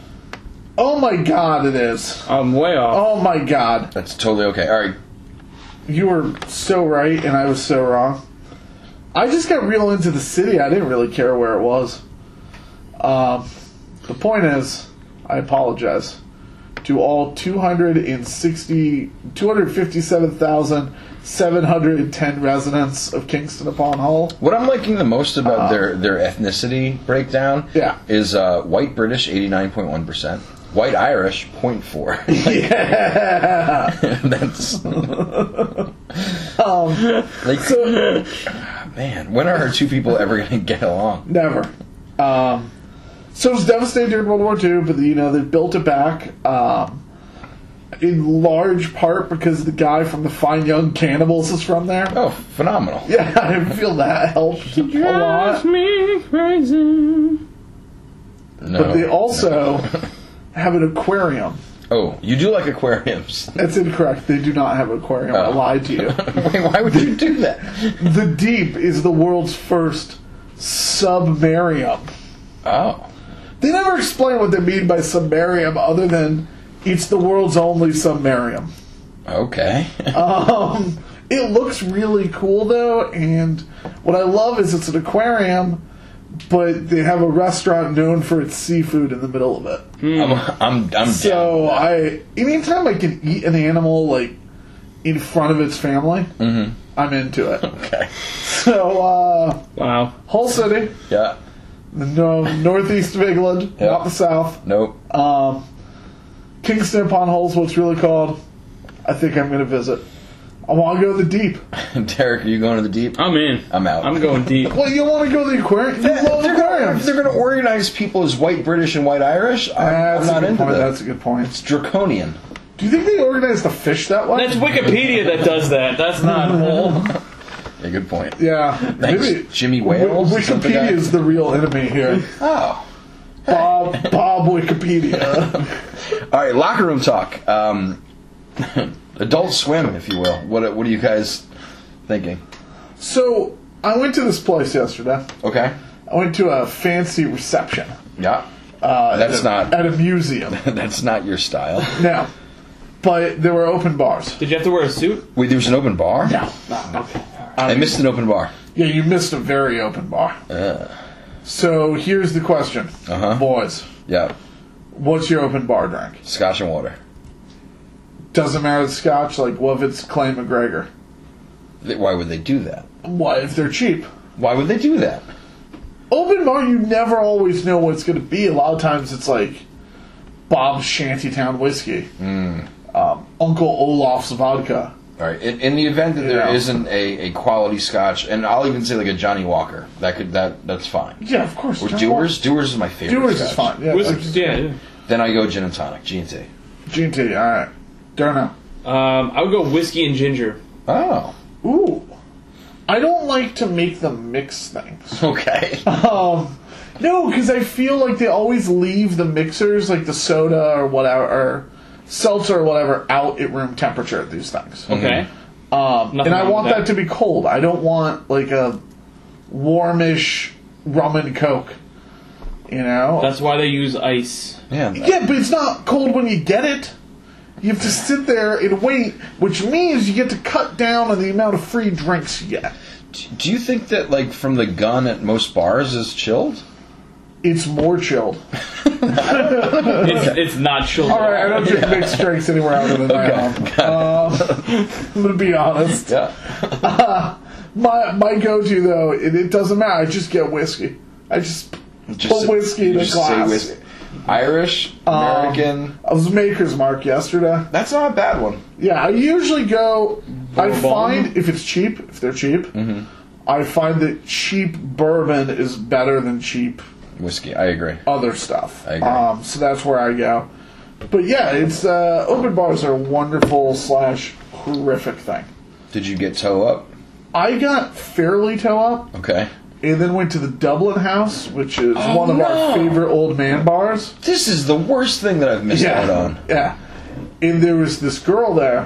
C: oh my god, it is.
B: I'm way off.
C: Oh my god.
A: That's totally okay. All right.
C: You were so right, and I was so wrong. I just got real into the city. I didn't really care where it was. Um, the point is, I apologize to all 260, 257,710 residents of Kingston upon Hull.
A: What I'm liking the most about their, their ethnicity breakdown
C: Uh, Yeah.
A: is uh, white British 89.1%, white Irish 0.4.
C: Yeah.
A: That's like
C: Um, So,
A: man, when are our two people ever going to get along?
C: Never. Um, so it was devastated during World War II, but you know they built it back um, in large part because the guy from the Fine Young Cannibals is from there.
A: Oh, phenomenal.
C: Yeah, I feel that helped a
B: Oh, Drives
C: lot.
B: me crazy.
A: No.
C: But they also have an aquarium.
A: Oh, you do like aquariums.
C: That's incorrect. They do not have an aquarium. I
A: Oh.
C: lied to you.
A: Wait, why would you do that?
C: the Deep is the world's first submarium.
A: Oh.
C: They never explain what they mean by submarium other than it's the world's only submarium.
A: Okay.
C: Um, it looks really cool though, and what I love is it's an aquarium, but they have a restaurant known for its seafood in the middle of it.
A: I'm I'm I'm down.
C: So I, anytime I can eat an animal like in front of its family, I'm into it.
A: Okay.
C: So uh,
B: Wow.
C: whole city,
A: Yeah.
C: the no, northeast of England,
A: Yeah.
C: not the south.
A: Nope.
C: Um, Kingston upon Hull is what it's really called. I think I'm going to visit. I want to go to the deep.
A: Derek, are you going to the deep?
B: I'm in.
A: I'm out.
B: I'm going deep.
C: Well, you want to go to the aquarium? You love
A: They're gonna,
C: aquariums.
A: they're gonna organize people as white British and white Irish. I'm,
C: That's
A: I'm
C: a
A: not
C: good
A: into
C: point.
A: that.
C: That's a good point.
A: Draconian.
C: Do you think they organize the fish that way?
B: That's Wikipedia that does that. That's not Hull.
A: Yeah, good point.
C: yeah.
A: Thanks, Jimmy Wales.
C: Wi-
A: is that the guy?
C: Wikipedia is the real enemy here.
A: Oh.
C: Bob, Bob Wikipedia.
A: All right, locker room talk. Um, adult swim, if you will. What What are you guys thinking?
C: so I went to this place yesterday.
A: Okay.
C: I went to a fancy reception.
A: Yeah.
C: Uh,
A: That's
C: at a,
A: not-
C: at a museum.
A: That's not your style.
C: now, but there were open bars.
B: Did you have to wear a suit?
A: Wait, there was an open bar.
C: No, no, okay.
A: I missed an open bar.
C: Yeah, you missed a very open bar. So here's the question,
A: Uh. Uh-huh.
C: boys.
A: Yeah.
C: What's your open bar drink?
A: Scotch and water.
C: Doesn't matter the scotch, like what if it's Clay McGregor?
A: Th- Why would they do that?
C: What if they're cheap?
A: Why would they do that?
C: Open bar, you never always know what it's going to be. A lot of times it's like Bob's Shantytown whiskey, um, Uncle Olaf's vodka.
A: All right. In, in the event that there
C: Yeah.
A: not a, a quality Scotch, and I'll even say like a Johnny Walker, that could that that's fine.
C: Yeah, of course.
A: Or
C: John
A: Dewar's. Dewar's is my favorite.
C: Dewar's is
A: Scotch.
C: fine. Yeah,
B: Wizards, yeah. yeah.
A: Then I go gin and tonic, G and T.
C: G&T, all right. Darno.
B: Um, I would go whiskey and ginger.
A: Oh.
C: Ooh. I don't like to make them mix things.
A: Okay.
C: Um, no, because I feel like they always leave the mixers, like the soda or whatever, or seltzer or whatever, out at room temperature at these things.
B: Okay.
C: Um,
B: Nothing
C: and I
B: wrong
C: want
B: with
C: that.
B: that.
C: to be cold. I don't want like a warmish rum and coke. You know.
B: That's why they use ice.
A: Man. that-
C: yeah, but it's not cold when you get it. You have to sit there and wait, which means you get to cut down on the amount of free drinks you get.
A: Do you think that like from the gun at most bars is chilled?
C: It's more chilled.
B: It's, it's not sugar.
C: All right, I don't drink mixed drinks anywhere other than my own. Uh, I'm gonna be honest.
A: Yeah.
C: My my go-to though, it, it doesn't matter. I just get whiskey. I just, put whiskey in a glass. Um,
A: Irish, American.
C: I was Maker's Mark yesterday.
A: That's not a bad one.
C: Yeah, I usually go. I
B: Bourbon?
C: find if it's cheap, if they're cheap,
A: Mm-hmm.
C: I find that cheap bourbon is better than cheap
A: Whiskey, I agree.
C: other stuff.
A: I agree.
C: Um, so that's where I go. But yeah, it's uh, open bars are a wonderful slash horrific thing.
A: Did you get toe up?
C: I got fairly toe up.
A: Okay.
C: and then went to the Dublin House, which is
B: Oh,
C: one of
A: no.
C: our favorite old man bars.
A: This is the worst thing that I've missed out on.
C: Yeah. And there was this girl there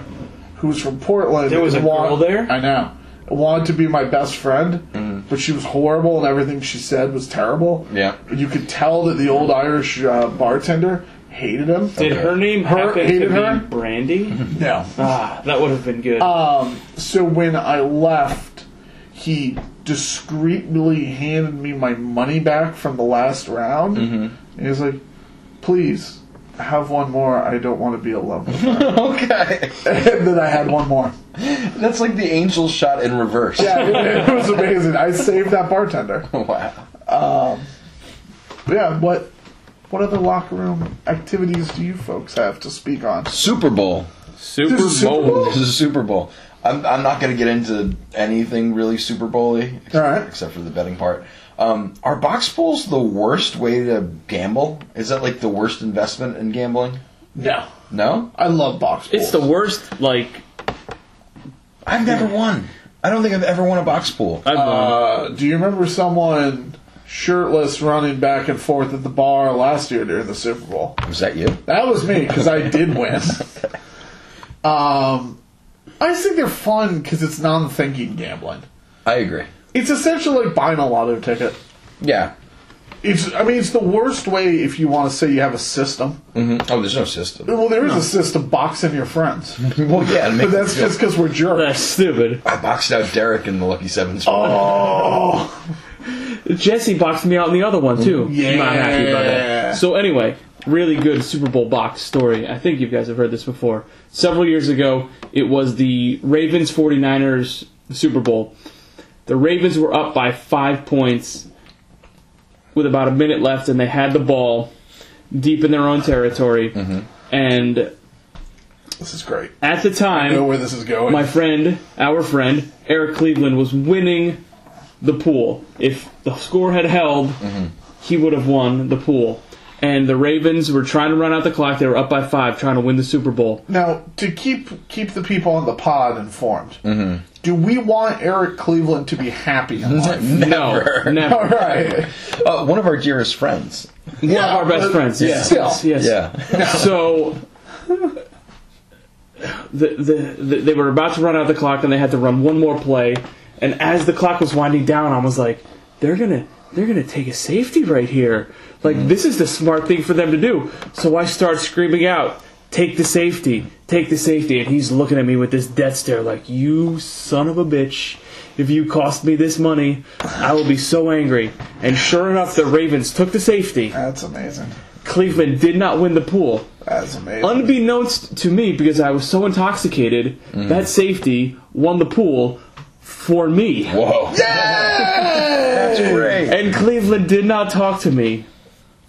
C: who was from Portland.
B: There was
C: and
B: a girl there?
C: I know. Wanted to be my best friend, but she was horrible and everything she said was terrible.
A: Mm. Yeah.
C: You could tell that the old Irish uh, bartender hated him.
B: Did
A: Okay.
B: her name
C: Her-
B: happen to
C: hated
B: be
C: her? Mm-hmm.
B: Brandy?
C: No.
B: ah, that would have been good.
C: Um, so when I left, he discreetly handed me my money back from the last round.
B: Mm-hmm.
C: And he was like, please, have one more. I don't want to be alone with her."
A: Okay.
C: and then I had one more.
A: That's like the angel shot in reverse.
C: Yeah, it, it was amazing. I saved that bartender.
A: Wow.
C: Yeah, what what other locker room activities do you folks have to speak on?
A: Super Bowl.
B: Super
C: this is Super
B: Bowl.
A: This is Super Bowl. I'm, I'm not going to get into anything really Super Bowly, except,
C: All right.
A: except for the betting part. Um, are box pools the worst way to gamble? Is that like the worst investment in gambling?
C: No.
A: No,
C: I love box pools.
B: It's the worst. Like
A: I've never won. I don't think I've ever won a box pool.
B: I've won.
C: Uh, do you remember someone shirtless running back and forth at the bar last year during the Super Bowl?
A: Was that you?
C: That was me because I did win. Um, I just think they're fun because it's non-thinking gambling.
A: I agree.
C: It's essentially like buying a lotto ticket.
A: Yeah.
C: It's I mean it's the worst way if you want to say you have a system.
A: hmm
B: Mm-hmm.
A: Oh, there's no system.
C: Well, there is a system boxing your friends,
A: Well, yeah, it
C: but
A: makes
C: that's
A: me feel-
C: just because we're jerks.
B: That's stupid.
A: I boxed out Derek in the Lucky Seven spot.
C: Oh,
B: Jesse boxed me out in the other one too.
C: Yeah.
B: Not happy about that. So anyway, really good Super Bowl box story. I think you guys have heard this before. Several years ago, it was the Ravens 49ers Super Bowl. The Ravens were up by 5 points with about a minute left and they had the ball deep in their own territory. And
C: this is great.
B: at the time,
C: I know where this is going.
B: my friend, our friend, Eric Cleveland was winning the pool. If the score had held, he would have won the pool. And the Ravens were trying to run out the clock. They were up by five, trying to win the Super Bowl.
C: now to keep keep the people on the pod informed.
B: Mm-hmm.
C: Do we want Eric Cleveland to be happy in life?
B: No, never.
C: All right.
A: Uh, one of our dearest friends.
B: One of our best
C: but
B: friends. Yes,
C: still.
B: yes, yes.
A: Yeah.
B: So the, the, the, they were about to run out the clock, and they had to run one more play. And as the clock was winding down, I was like, "They're gonna, they're gonna take a safety right here. Like this is the smart thing for them to do." So I start screaming out, "Take the safety! Take the safety!" And he's looking at me with this death stare, like, "You son of a bitch." If you cost me this money, I will be so angry. And sure enough, the Ravens took the safety.
C: That's amazing.
B: Cleveland did not win the pool.
C: That's amazing.
B: Unbeknownst to me, because I was so intoxicated,
C: Mm.
B: that safety won the pool for me.
A: Whoa. That's great.
B: And Cleveland did not talk to me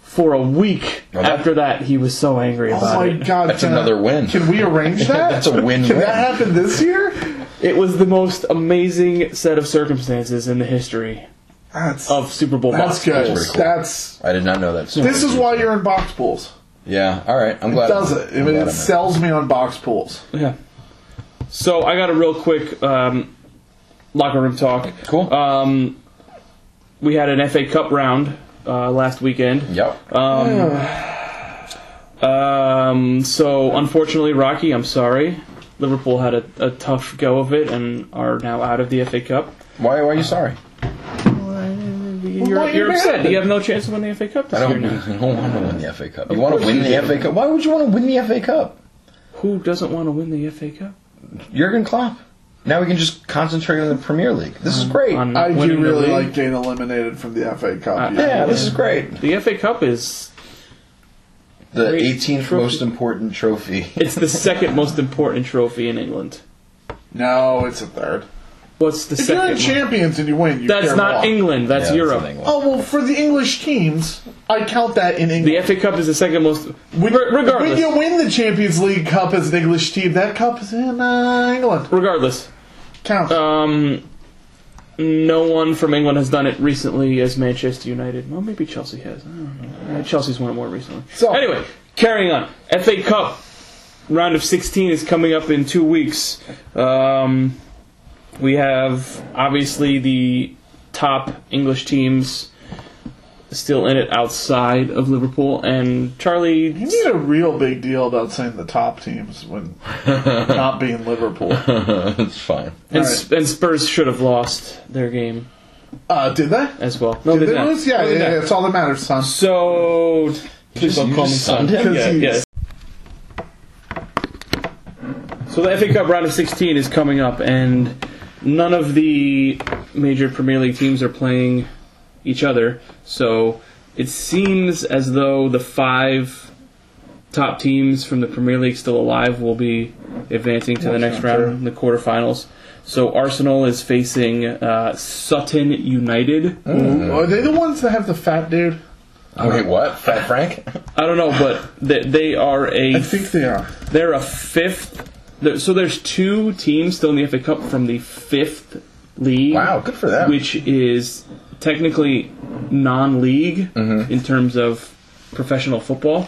B: for a week
A: Well, that-
B: after that. He was so angry
C: oh
B: about
C: my
B: it.
C: god.
A: That's
C: can I-
A: another win.
C: Can we arrange that?
A: That's a win-win.
C: Can that happen this year?
B: It was the most amazing set of circumstances in the history
C: That's
B: of Super Bowl
C: that's
B: box
C: good.
B: scores.
C: That's,
A: pretty cool. I did not know that.
C: this is why you're in box pools.
A: Yeah. All right. I'm glad.
C: Does it? I
A: I'm glad
C: mean, it
A: I'm in.
C: sells me on box pools.
B: Yeah. So I got a real quick um, locker room talk.
A: Cool.
B: Um, we had an FA Cup round uh, last weekend.
A: yep.
B: uh, Um, so unfortunately, Rocky, I'm sorry. Liverpool had a, a tough go of it and are now out of the FA Cup.
A: why? Why are you sorry?
B: You're,
C: why
B: you're
C: you
B: upset.
C: mad?
B: You have no chance to win the FA Cup
A: I
B: this year
A: don't.
B: now.
A: I don't want to win the FA Cup. You want to win the FA Cup? Why would you want to win the FA Cup?
B: Who doesn't want to win the FA Cup?
A: Jurgen Klopp. Now we can just concentrate on the Premier League. This is great.
B: Um, On
C: I do
B: winning the
C: really
B: league?
C: like getting eliminated from the FA Cup.
B: Uh,
C: yeah.
A: yeah, this is great.
B: the FA Cup is
A: The
B: Great
A: 18th
B: trophy.
A: most important trophy.
B: it's the second most important trophy in England.
C: No, it's a third.
B: What's the
C: If
B: second?
C: you're in
B: one?
C: champions and you win, you
B: That's
C: care
B: not
C: more.
B: England. That's
A: Yeah,
B: Europe.
A: in England.
C: Oh well, for the English teams, I count that in England.
B: the FA Cup is the second most.
C: When,
B: Re- regardless,
C: when you win the Champions League Cup as an English team, that cup is in uh, England.
B: regardless,
C: Count.
B: Um, no one from England has done it recently as Manchester United. Well, maybe Chelsea has. I don't know. Uh, Chelsea's won it more recently.
C: So-
B: anyway, carrying on. FA Cup round of 16 is coming up in two weeks. Um, we have obviously the top English teams still in it outside of Liverpool. And Charlie,
C: He made a real big deal about saying the top teams when not being Liverpool.
B: Oh.
A: it's fine.
B: and,
C: All
B: Sp- and Spurs should have lost their game
C: Uh, did they?
B: as well. No,
C: Did
B: Oh, they
C: they
B: did not.
C: lose? Yeah,
B: No,
C: yeah,
B: they
C: yeah,
B: did not.
C: it's all that matters, son.
B: So please
A: you
B: don't call me
A: just
B: son.
A: sunned him?
B: Yeah,
C: Because
B: yes. So the FA Cup round of 16 is coming up, and none of the major Premier League teams are playing each other. So it seems as though the five top teams from the Premier League still alive will be advancing to the
C: That's
B: next
C: not
B: round, the quarterfinals. So Arsenal is facing uh, Sutton United.
C: Ooh, Are they the ones that have the fat dude?
A: Wait, what? Fat Frank?
B: I don't know, but they, they are a
C: I think they are.
B: They're a fifth. There, so there's two teams still in the FA Cup from the fifth league.
A: Wow, good for them.
B: Which is technically non-league in terms of professional football.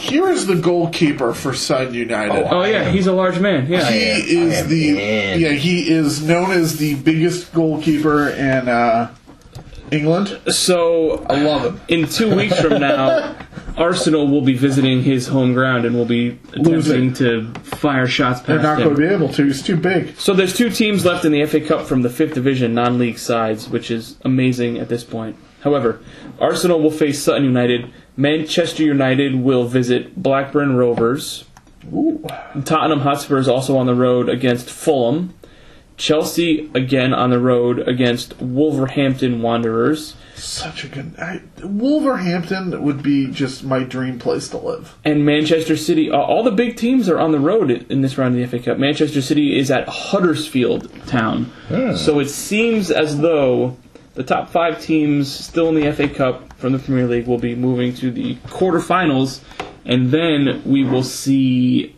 C: Here is the goalkeeper for Sun United.
A: Oh,
B: Oh yeah, he's a large man. Yeah.
C: He
A: I am
C: is the
A: in.
C: yeah. He is known as the biggest goalkeeper in uh, England.
B: So
C: I love him.
B: in two weeks from now, Arsenal will be visiting his home ground and will be attempting
C: Losing.
B: to fire shots
C: They're
B: past
C: not
B: him.
C: going to be able to. He's too big.
B: So there's two teams left in the FA Cup from the fifth division non-league sides, which is amazing at this point. However, Arsenal will face Sutton United. Manchester United will visit Blackburn Rovers. Tottenham Hotspur is also on the road against Fulham. Chelsea again on the road against Wolverhampton Wanderers.
C: Such a good. I, Wolverhampton would be just my dream place to live.
B: and Manchester City. uh, All the big teams are on the road i- in this round of the FA Cup. Manchester City is at Huddersfield Town, so it seems as though the top five teams still in the FA Cup from the Premier League will be moving to the quarterfinals, and then we will see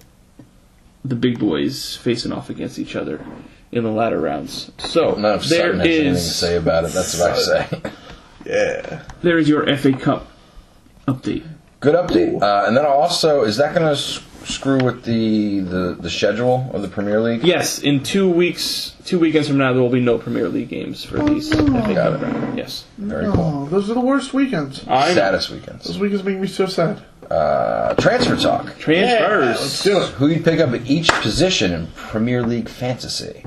B: the big boys facing off against each other in the latter rounds. So
A: Not if
B: there
A: Sutton has anything to
B: is
A: say about it. That's what I say.
C: Yeah.
B: there is your FA Cup update.
A: Good update. Uh, and then also, is that going to s- screw with the, the the schedule of the Premier League?
B: Yes, in two weeks, two weekends from now, there will be no Premier League games for these. FA
A: Got it.
B: Cup round. Yes,
A: Very cool.
C: Oh, those are the worst weekends.
B: I know.
A: Status weekends.
C: Those weekends make me so sad.
A: Uh, transfer talk.
C: let's
B: transfers.
C: do it.
A: Who you pick up at each position in Premier League fantasy?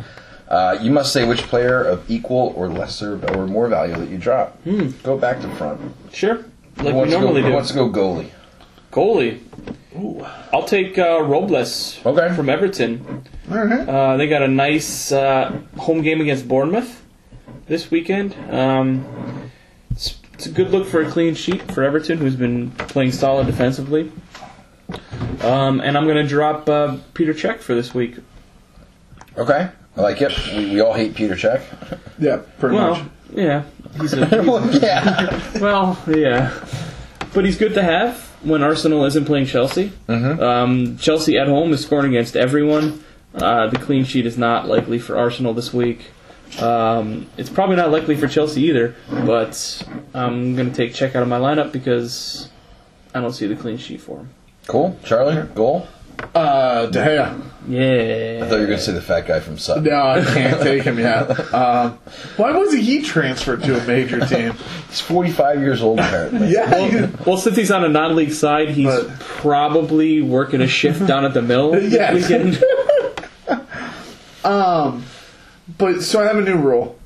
A: Uh, you must say which player of equal or lesser or more value that you drop. Go back to front.
B: sure,
A: who
B: like Hmm. we
A: wants, to go,
B: normally
A: who
B: do.
A: wants to go goalie?
B: Goalie. I'll take uh, Robles.
A: Okay.
B: From Everton,
C: All right.
B: uh, they got a nice uh, home game against Bournemouth this weekend. Um, it's, it's a good look for a clean sheet for Everton, who's been playing solid defensively. Um, and I'm going to drop uh, Peter Check for this week.
A: Okay. I like it. We, we all hate Peter Check.
C: yeah, pretty much.
B: Well, yeah, he's a,
A: yeah.
B: Well, yeah. But he's good to have when Arsenal isn't playing Chelsea.
C: Mm-hmm.
B: Um, Chelsea at home is scoring against everyone. Uh, the clean sheet is not likely for Arsenal this week. Um, it's probably not likely for Chelsea either, but I'm going to take check out of my lineup because I don't see the clean sheet for him.
A: Cool. Charlie, goal.
C: Uh, De Gea.
A: I thought
B: Yeah.
A: you were going to say the fat guy from Sutton.
C: No, I can't take him yet. Um, why wasn't he transferred to a major team?
A: He's 45 years old, apparently.
C: Yeah, he-
B: Well, since he's on a non league side, he's
C: But-
B: probably working a shift down at the mill this
C: Yes.
B: weekend.
C: But so I have a new rule.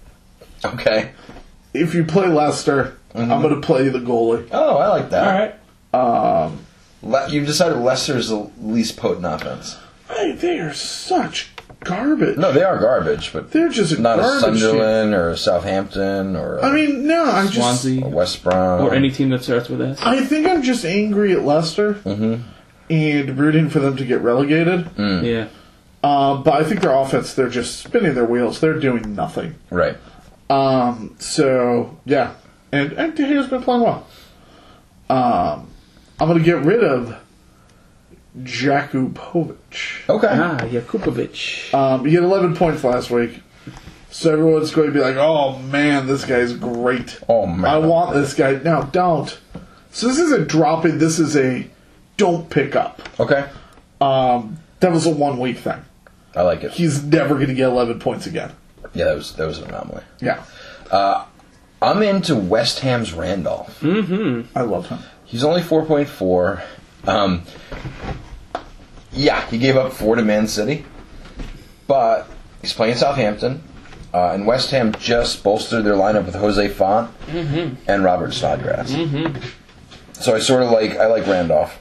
A: Okay.
C: If you play Leicester, I'm going to play the goalie.
A: Oh, I like that. Um,
B: All right.
A: Le- you've decided Leicester is the least potent offense.
C: Hey, they are such garbage.
A: No, they are garbage, but
C: They're just a
A: not a
C: garbage team.
A: Sunderland or a Southampton or a
C: I mean, no, I'm just.
B: Swansea.
A: a West Brom
B: Or any team that starts with S.
C: I think I'm just angry at Leicester and rooting for them to get relegated.
B: Yeah.
C: Uh, but I think their offense, they're just spinning their wheels. They're doing nothing.
A: Right.
C: Um, so, yeah. And, and De Gea's been playing well. Um, I'm going to get rid of Jakubovic.
A: Okay.
B: Ah, Yakupovic.
C: Um, he had 11 points last week. So everyone's going to be like, oh man, this guy's great.
A: Oh, man.
C: I want this guy. No, don't. So this isn't dropping, this is a don't pick up.
A: Okay.
C: Um, that was a one week thing.
A: I like it.
C: He's never going to get 11 points again.
A: Yeah, that was that was an anomaly.
C: Yeah.
A: I'm into West Ham's Randolph.
C: I love him.
A: He's only 4.4. Um, yeah, he gave up four to Man City, but he's playing Southampton. Uh, and West Ham just bolstered their lineup with Jose Font and Robert Snodgrass. So I sort of like I like Randolph.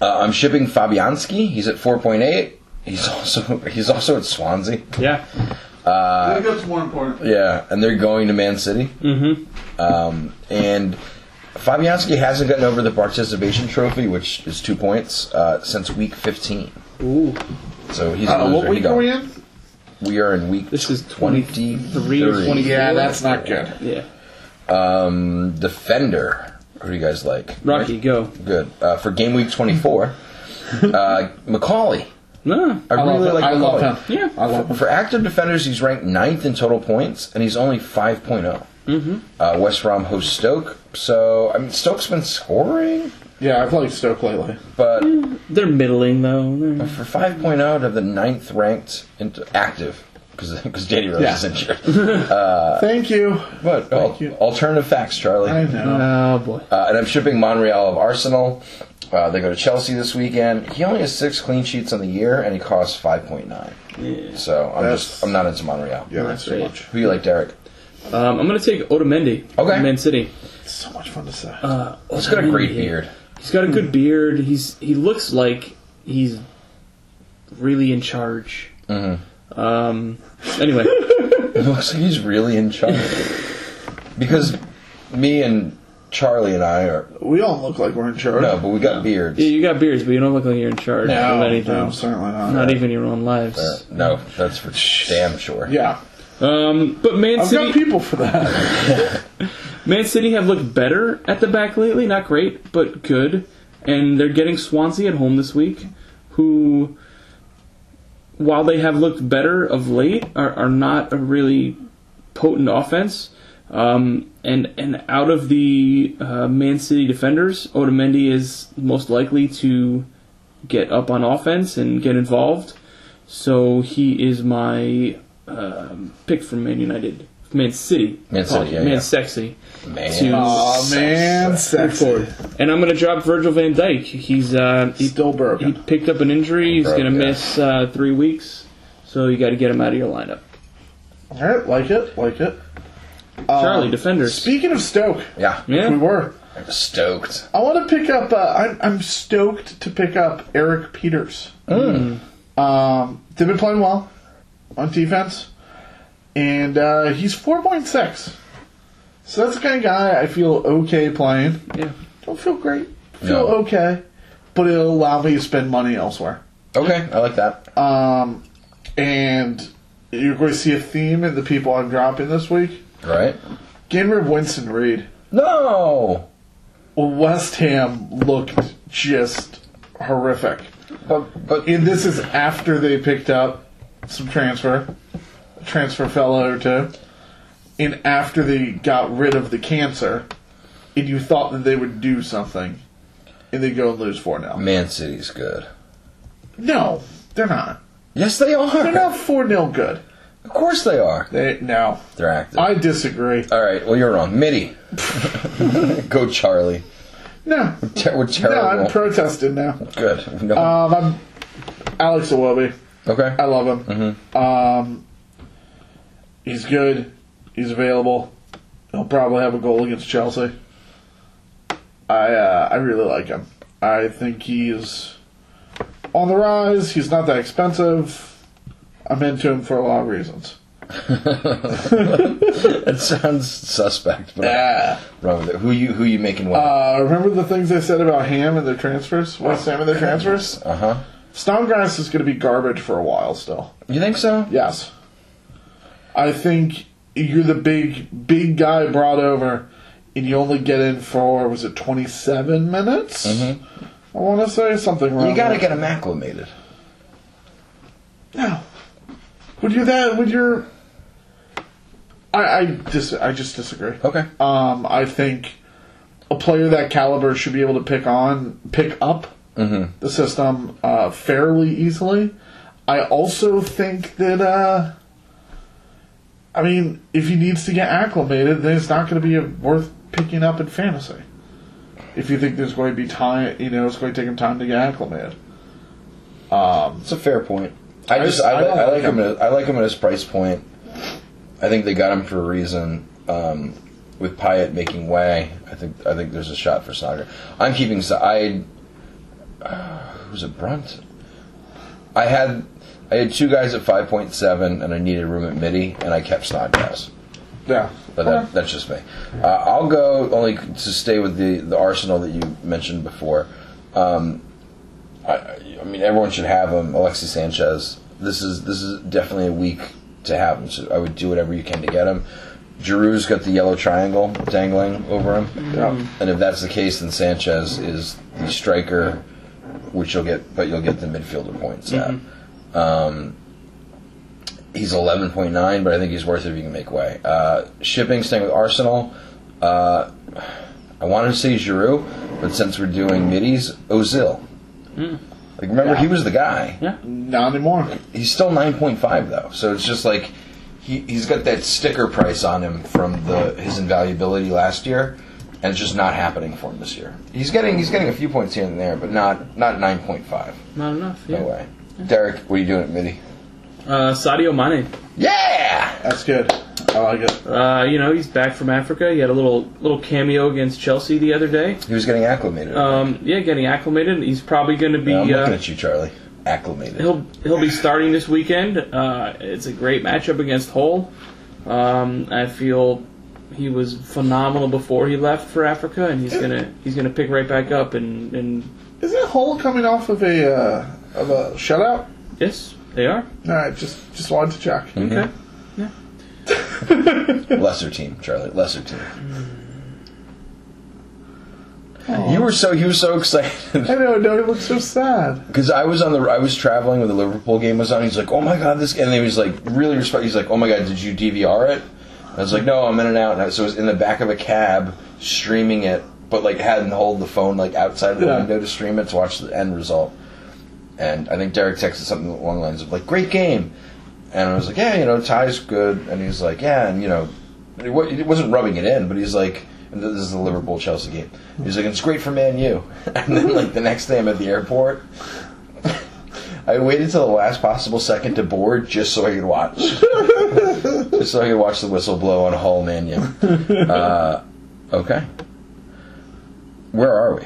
A: Uh, I'm shipping Fabianski. He's at 4.8. He's also he's also at Swansea.
B: Yeah.
C: I think that's more important.
A: Yeah, and they're going to Man City. Mm-hmm. Um, and Fabianski hasn't gotten over the participation trophy, which is two points, uh, since week 15.
B: Ooh.
A: So he's a
C: Uh,
A: loser.
C: what
A: He
C: week
A: got-
C: are we in?
A: We are in week
B: This is
A: 23
B: 23 or 24.
C: Yeah, that's not good.
B: Yeah.
A: Um, defender. Who do you guys like?
B: Rocky, go.
A: Good. Uh, for game week 24, uh, Macaulay.
B: Ah,
A: I,
C: I
A: really
C: love,
A: like
C: I love
A: Macaulay.
C: him.
B: Yeah.
C: I love him.
A: For active defenders, he's ranked ninth in total points, and he's only 5.0. Mm-hmm. Uh, West Brom hosts Stoke, so I mean Stoke's been scoring,
C: Yeah, I've liked Stoke lately.
A: but
C: Mm.
B: they're middling though. They're-
A: for 5.0 to have the ninth ranked in active because Danny Rose
C: Yeah.
A: is injured.
C: Thank you.
A: But al-
C: you.
A: alternative facts, Charlie.
C: Uh, I know.
B: Oh boy.
A: Uh, and I'm shipping Monreal of Arsenal. Uh, they go to Chelsea this weekend. He only has six clean sheets on the year, and he costs 5.9.
B: Yeah.
A: So I'm
C: That's-
A: just I'm not into Monreal.
C: Yeah, that's too
B: Right.
C: much.
A: Who you like, Derek?
B: Um, I'm gonna take Otamendi.
A: Okay.
B: Man City.
C: It's so much fun to say.
B: Uh,
A: He's got a great beard.
B: He's got a good beard. He's he looks like he's really in charge. Um. Anyway,
A: It looks like he's really in charge. because me and Charlie and I are
C: we don't look like we're in charge.
A: no, but we got beards.
B: you got beards, but you don't look like you're in charge
C: no,
B: of anything.
C: no, certainly not.
B: Not even your own lives.
A: Uh, no, that's for damn sure.
C: Yeah,
B: Um, but Man
C: I've
B: City,
C: got people for that.
B: Man City have looked better at the back lately. Not great, but good. And they're getting Swansea at home this week, who, while they have looked better of late, are, are not a really potent offense. Um, and and out of the uh, Man City defenders, Otamendi is most likely to get up on offense and get involved. So he is my um, pick from Man United, Man City,
A: Man City, yeah,
B: Man
A: yeah.
B: Sexy.
A: Man.
B: To-
C: oh man, sexy.
B: Forward. And I'm gonna drop Virgil Van Dyke. He's uh, he,
C: Still
B: he
C: bourbon.
B: picked up an injury. He's
A: Broke,
B: gonna
A: yeah.
B: miss uh, three weeks, so you got to get him out of your lineup.
C: All right, like it, like it.
A: Um,
B: Charlie, defenders.
C: Speaking of Stoke,
A: Yeah.
C: we
B: yeah,
C: were.
A: I'm stoked.
C: I want to pick up. Uh, I'm, I'm stoked to pick up Eric Peters. Um, they've been playing well on defense, and uh, he's four point six. So that's the kind of guy I feel okay playing.
B: yeah.
C: Don't feel great. Feel
A: No.
C: okay, but it'll allow me to spend money elsewhere.
A: Okay, I like that.
C: Um, and you're going to see a theme in the people I'm dropping this week.
A: Right?
C: Getting rid of Winston Reed.
A: No.
C: West Ham looked just horrific.
A: But but
C: And this is after they picked up some transfer, transfer fellow or two, and after they got rid of the cancer, and you thought that they would do something, and they go and lose four now.
A: Man City's good.
C: No, they're not.
A: Yes, they are.
C: They're not four 0 good.
A: Of course they are.
C: They no.
A: They're active.
C: I disagree.
A: All right. Well, you're wrong. Mitty. Go, Charlie.
C: No,
A: Ter- we're
C: no,
A: terrible.
C: I'm protesting now.
A: Good. No.
C: Um, I'm Alex Awobi.
A: okay.
C: I love him. Um, he's good. He's available. He'll probably have a goal against Chelsea. I uh, I really like him. I think he's on the rise. He's not that expensive. I'm into him for a lot of reasons.
A: That sounds suspect, but I'm
C: Yeah.
A: wrong with it. Who you who you making what?
C: Uh, remember the things I said about Ham and their transfers? West Ham and their transfers?
A: Uh huh.
C: Snodgrass is going to be garbage for a while still.
A: You think so?
C: Yes. I think you're the big big guy brought over and you only get in for was it 27 minutes? I want to say something wrong.
A: You got to get him acclimated.
C: No. Would you that would your I I dis I just disagree.
A: Okay.
C: Um I think a player that caliber should be able to pick on pick up the system uh, fairly easily. I also think that uh, I mean, if he needs to get acclimated, then it's not going to be worth picking up in fantasy. If you think there's going to be time, you know, it's going to take him time to get acclimated.
A: It's a fair point. I
C: I
A: just
C: just-
A: I,
C: I
A: li-
C: don't
A: I
C: like
A: like him.
C: him.
A: At, I like him at his price point. I think they got him for a reason. Um, with Pyatt making way, I think I think there's a shot for Saga. I'm keeping. Sa- I uh, who's it? Brunt. I had I had two guys at 5.7, and I needed room at midi, and I kept Snodgrass.
C: Yeah.
A: But
C: Okay.
A: that, that's just me. Uh, I'll go only to stay with the, the arsenal that you mentioned before. Um, I, I- I mean, everyone should have him. Alexis Sanchez. This is this is definitely a week to have him. So I would do whatever you can to get him. Giroud's got the yellow triangle dangling over him,
C: Yeah.
A: and if that's the case, then Sanchez is the striker, which you'll get, but you'll get the midfielder points at. he's 11.9, but I think he's worth it if you can make way. Uh, shipping, staying with Arsenal. Uh, I wanted to say Giroud, but since we're doing middies, Ozil.
B: Hmm.
A: Like remember, he was the guy.
C: Not anymore.
A: He's still 9.5 though, so it's just like he he's got that sticker price on him from the his invaluability last year, and it's just not happening for him this year. He's getting he's getting a few points here and there, but not not 9.5.
B: Not enough.
A: No
B: Yeah.
A: way. Derek, what are you doing at midi?
B: Uh, Sadio Mane.
A: Yeah.
C: That's good. I like it.
B: Uh, you know he's back from Africa. He had a little little cameo against Chelsea the other day.
A: He was getting acclimated.
B: Um, yeah, getting acclimated. He's probably going to be.
A: Yeah, I'm
B: uh,
A: looking at you, Charlie. Acclimated.
B: he'll he'll be starting this weekend. Uh, it's a great matchup against Hull. Um, I feel he was phenomenal before he left for Africa, and he's gonna he's gonna pick right back up. And, and
C: Isn't Hull coming off of a uh, of a shutout?
B: yes, they are
C: All right, just just wanted to check.
B: okay.
A: lesser team, Charlie. Lesser team. You were so he was so excited
C: I know, no, he looks so sad.
A: because I was on the I was traveling when the Liverpool game was on. He's like, "Oh my god, this!" And then he was like, really respect. He's like, "Oh my god, did you DVR it?" I was like, "No, I'm in and out." And I, so I was in the back of a cab streaming it, but like hadn't hold the phone like outside the
C: Yeah.
A: window to stream it to watch the end result. And I think Derek texted something along the lines of like, "Great game," and I was like, "Yeah, you know, tie's good." And he's like, "Yeah," and you know, it wa- it wasn't rubbing it in, but he's like, and "This is the Liverpool Chelsea game." He's like, "It's great for Man U." And then like the next day, I'm at the airport. I waited till the last possible second to board just so I could watch, just so I could watch the whistle blow on Hull Man U. Uh, okay, where are we?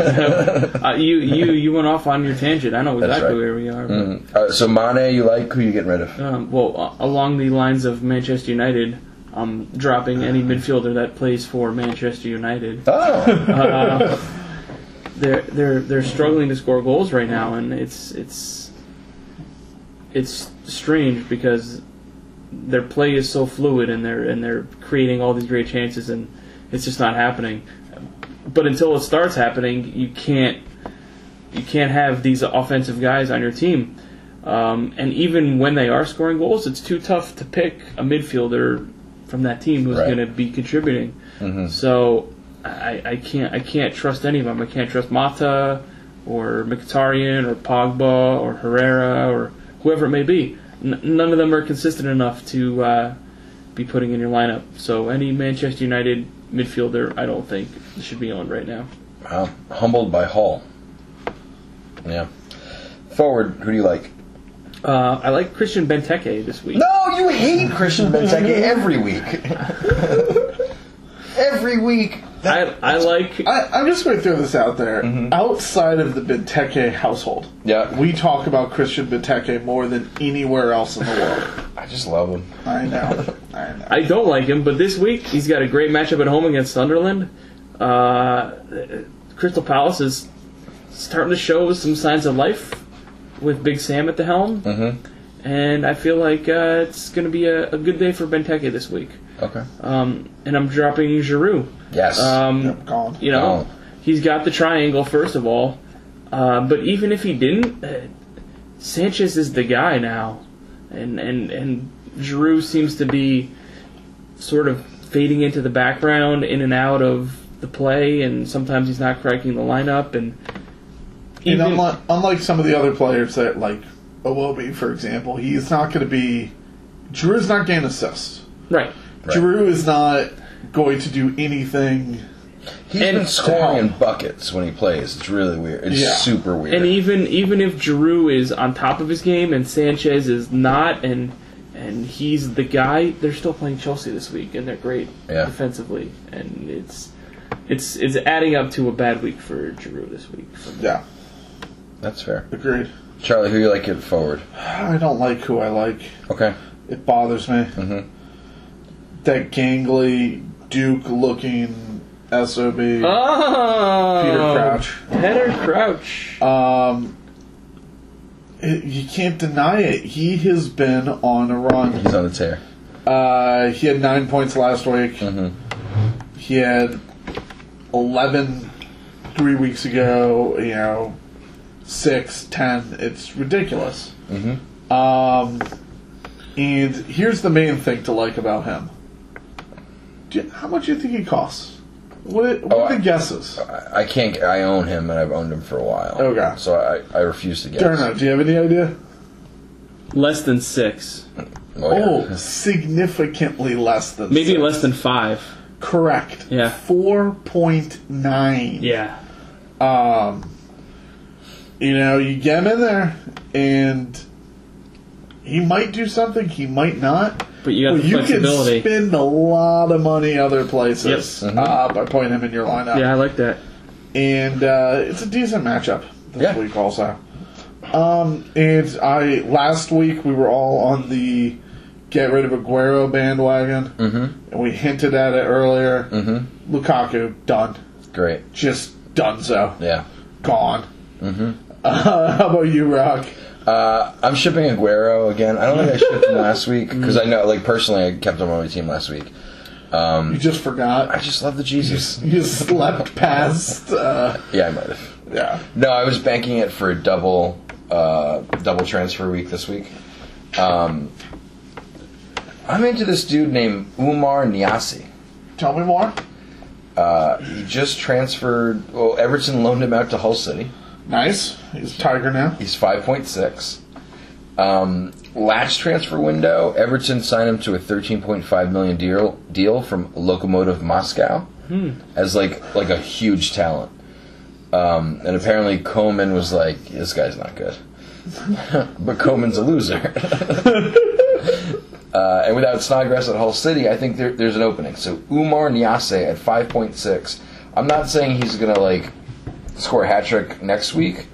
B: Uh, you you you went off on your tangent. I know
A: That's
B: exactly
A: right. Mm-hmm.
B: where we are. but,
A: Mm. Uh, so Mane, you like who you getting rid of?
B: um, well, uh, along the lines of Manchester United, I'm dropping any
A: Uh-huh.
B: midfielder that plays for Manchester United.
A: Oh,
B: they're they're they're struggling to score goals right now, and it's it's it's strange because their play is so fluid, and they're and they're creating all these great chances, and it's just not happening. But until it starts happening, you can't you can't have these offensive guys on your team. Um, and even when they are scoring goals, it's too tough to pick a midfielder from that team who's
A: Right.
B: going to be contributing. So I, I can't I can't trust any of them. I can't trust Mata or Mkhitaryan or Pogba or Herrera or whoever it may be. N- none of them are consistent enough to uh, be putting in your lineup. So any Manchester United midfielder, I don't think should be owned right now.
A: wow. humbled by Hull. Yeah. Forward, who do you like?
B: Uh, I like Christian Benteke this week.
A: No, you hate Christian Benteke every week. every week.
B: I I like
C: I, I'm just going to throw this out there.
B: Mm-hmm.
C: Outside of the Benteke household,
A: Yeah.
C: we talk about Christian Benteke more than anywhere else in the world.
A: I just love him.
C: I know. I know.
B: I don't like him, but this week he's got a great matchup at home against Sunderland. Uh, Crystal Palace is starting to show some signs of life with Big Sam at the helm, mm-hmm. and I feel like uh, it's going to be a, a good day for Benteke this week.
A: Okay.
B: Um, and I'm dropping Giroud.
A: Yes.
B: Um,
C: Yep, gone.
B: You
A: Oh.
B: know, he's got the triangle first of all, uh, but even if he didn't, uh, Sanchez is the guy now, and and and Giroud seems to be sort of fading into the background, in and out of the play, and sometimes he's not cracking the lineup, and
C: And
B: even
C: unlike, unlike some of the other players that, like Awobi, for example, he's not going to be. Drew's not getting assists.
B: Right.
C: Drew is not going to do anything.
A: He's
B: And
A: been scoring in buckets when he plays. It's really weird. It's
C: Yeah.
A: super weird.
B: And even even if Giroux is on top of his game and Sanchez is not, and and he's the guy, they're still playing Chelsea this week, and they're great
A: Yeah.
B: defensively, and it's it's it's adding up to a bad week for Giroux this week.
C: Yeah,
A: That's fair.
C: agreed.
A: Charlie, who you like at forward?
C: I don't like who I like.
A: Okay.
C: It bothers me.
A: Mhm.
C: That gangly Duke looking SOB
B: Oh,
C: Peter Crouch.
B: Peter Crouch.
C: Um, it- you can't deny it. He has been on a run.
A: He's on the tear.
C: Uh, he had nine points last week.
A: Mm-hmm.
C: He had 11 three weeks ago, you know, six, 10. It's ridiculous.
A: Mm-hmm.
C: Um, and here's the main thing to like about him. Do you, how much do you think he costs? What, what
A: Oh,
C: are
A: I-
C: the guesses?
A: I, I can't. I own him, and I've owned him for a while.
C: Okay.
A: So I, I refuse to guess.
C: Darno, do you have any idea?
B: Less than six,
A: Oh, yeah.
C: Oh, significantly less than
B: maybe
C: six.
B: less than five.
C: Correct.
B: Yeah.
C: Four point nine.
B: Yeah.
C: Um. You know, you get him in there, and he might do something. He might not.
B: But you got
C: Well,
B: the
C: you
B: flexibility.
C: can spend a lot of money other places
B: Yes. Mm-hmm.
C: uh, by putting him in your lineup.
B: yeah, I like that.
C: And uh, it's a decent matchup this
A: Yeah.
C: week, also. Um, and I last week we were all on the get rid of Aguero bandwagon, mm-hmm. and we hinted at it earlier. Mm-hmm. Lukaku done,
A: Great.
C: just done so,
A: Yeah.
C: gone. Mm-hmm. Uh, how about you, Rock?
A: Uh, I'm shipping Aguero again. I don't think I shipped him last week because I know, like personally, I kept him on my team last week.
C: You just
A: I
C: forgot.
A: just love the Jesus.
C: You slept past. Uh,
A: Yeah, I might have.
C: yeah.
A: No, I was banking it for a double uh, double transfer week this week. Um, I'm into this dude named Umar Niasi.
C: Tell me more.
A: He just transferred. Well, Everton loaned him out to Hull City.
C: Nice. He's a Tiger now.
A: He's 5.6. Um, last transfer window, Everton signed him to a 13.5 million deal deal from Lokomotiv Moscow as like like a huge talent. Um, and apparently Coman was like, this guy's not good. but Coman's a loser. uh, and without Snodgrass at Hull City, I think there, there's an opening. So Umar Niasse at 5.6. I'm not saying he's going to like score a hat trick next week.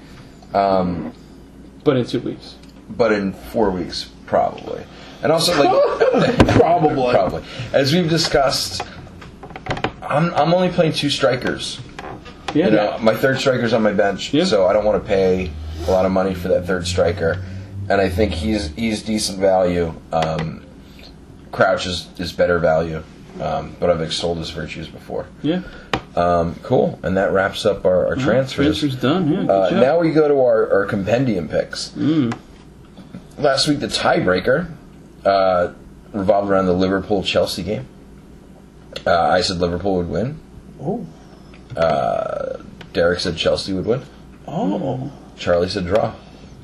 A: Um,
B: But in two weeks.
A: but in four weeks probably. And also like
C: Probably.
A: probably as we've discussed, I'm I'm only playing two strikers.
B: Yeah.
A: You know, my third striker's on my bench,
B: Yeah.
A: so I don't want to pay a lot of money for that third striker. And I think he's he's decent value. Um, Crouch is, is better value, um, but I've extolled his virtues before.
B: yeah.
A: Um, cool, and that wraps up our, our transfers.
B: Mm-hmm. Transfer's done. Yeah. Good
A: Uh,
B: job.
A: now we go to our, our compendium picks.
B: Mm.
A: Last week, the tiebreaker uh, revolved around the Liverpool Chelsea game. Uh, I said Liverpool would win.
C: Oh.
A: Derek said Chelsea would win.
C: Oh.
A: Charlie said draw.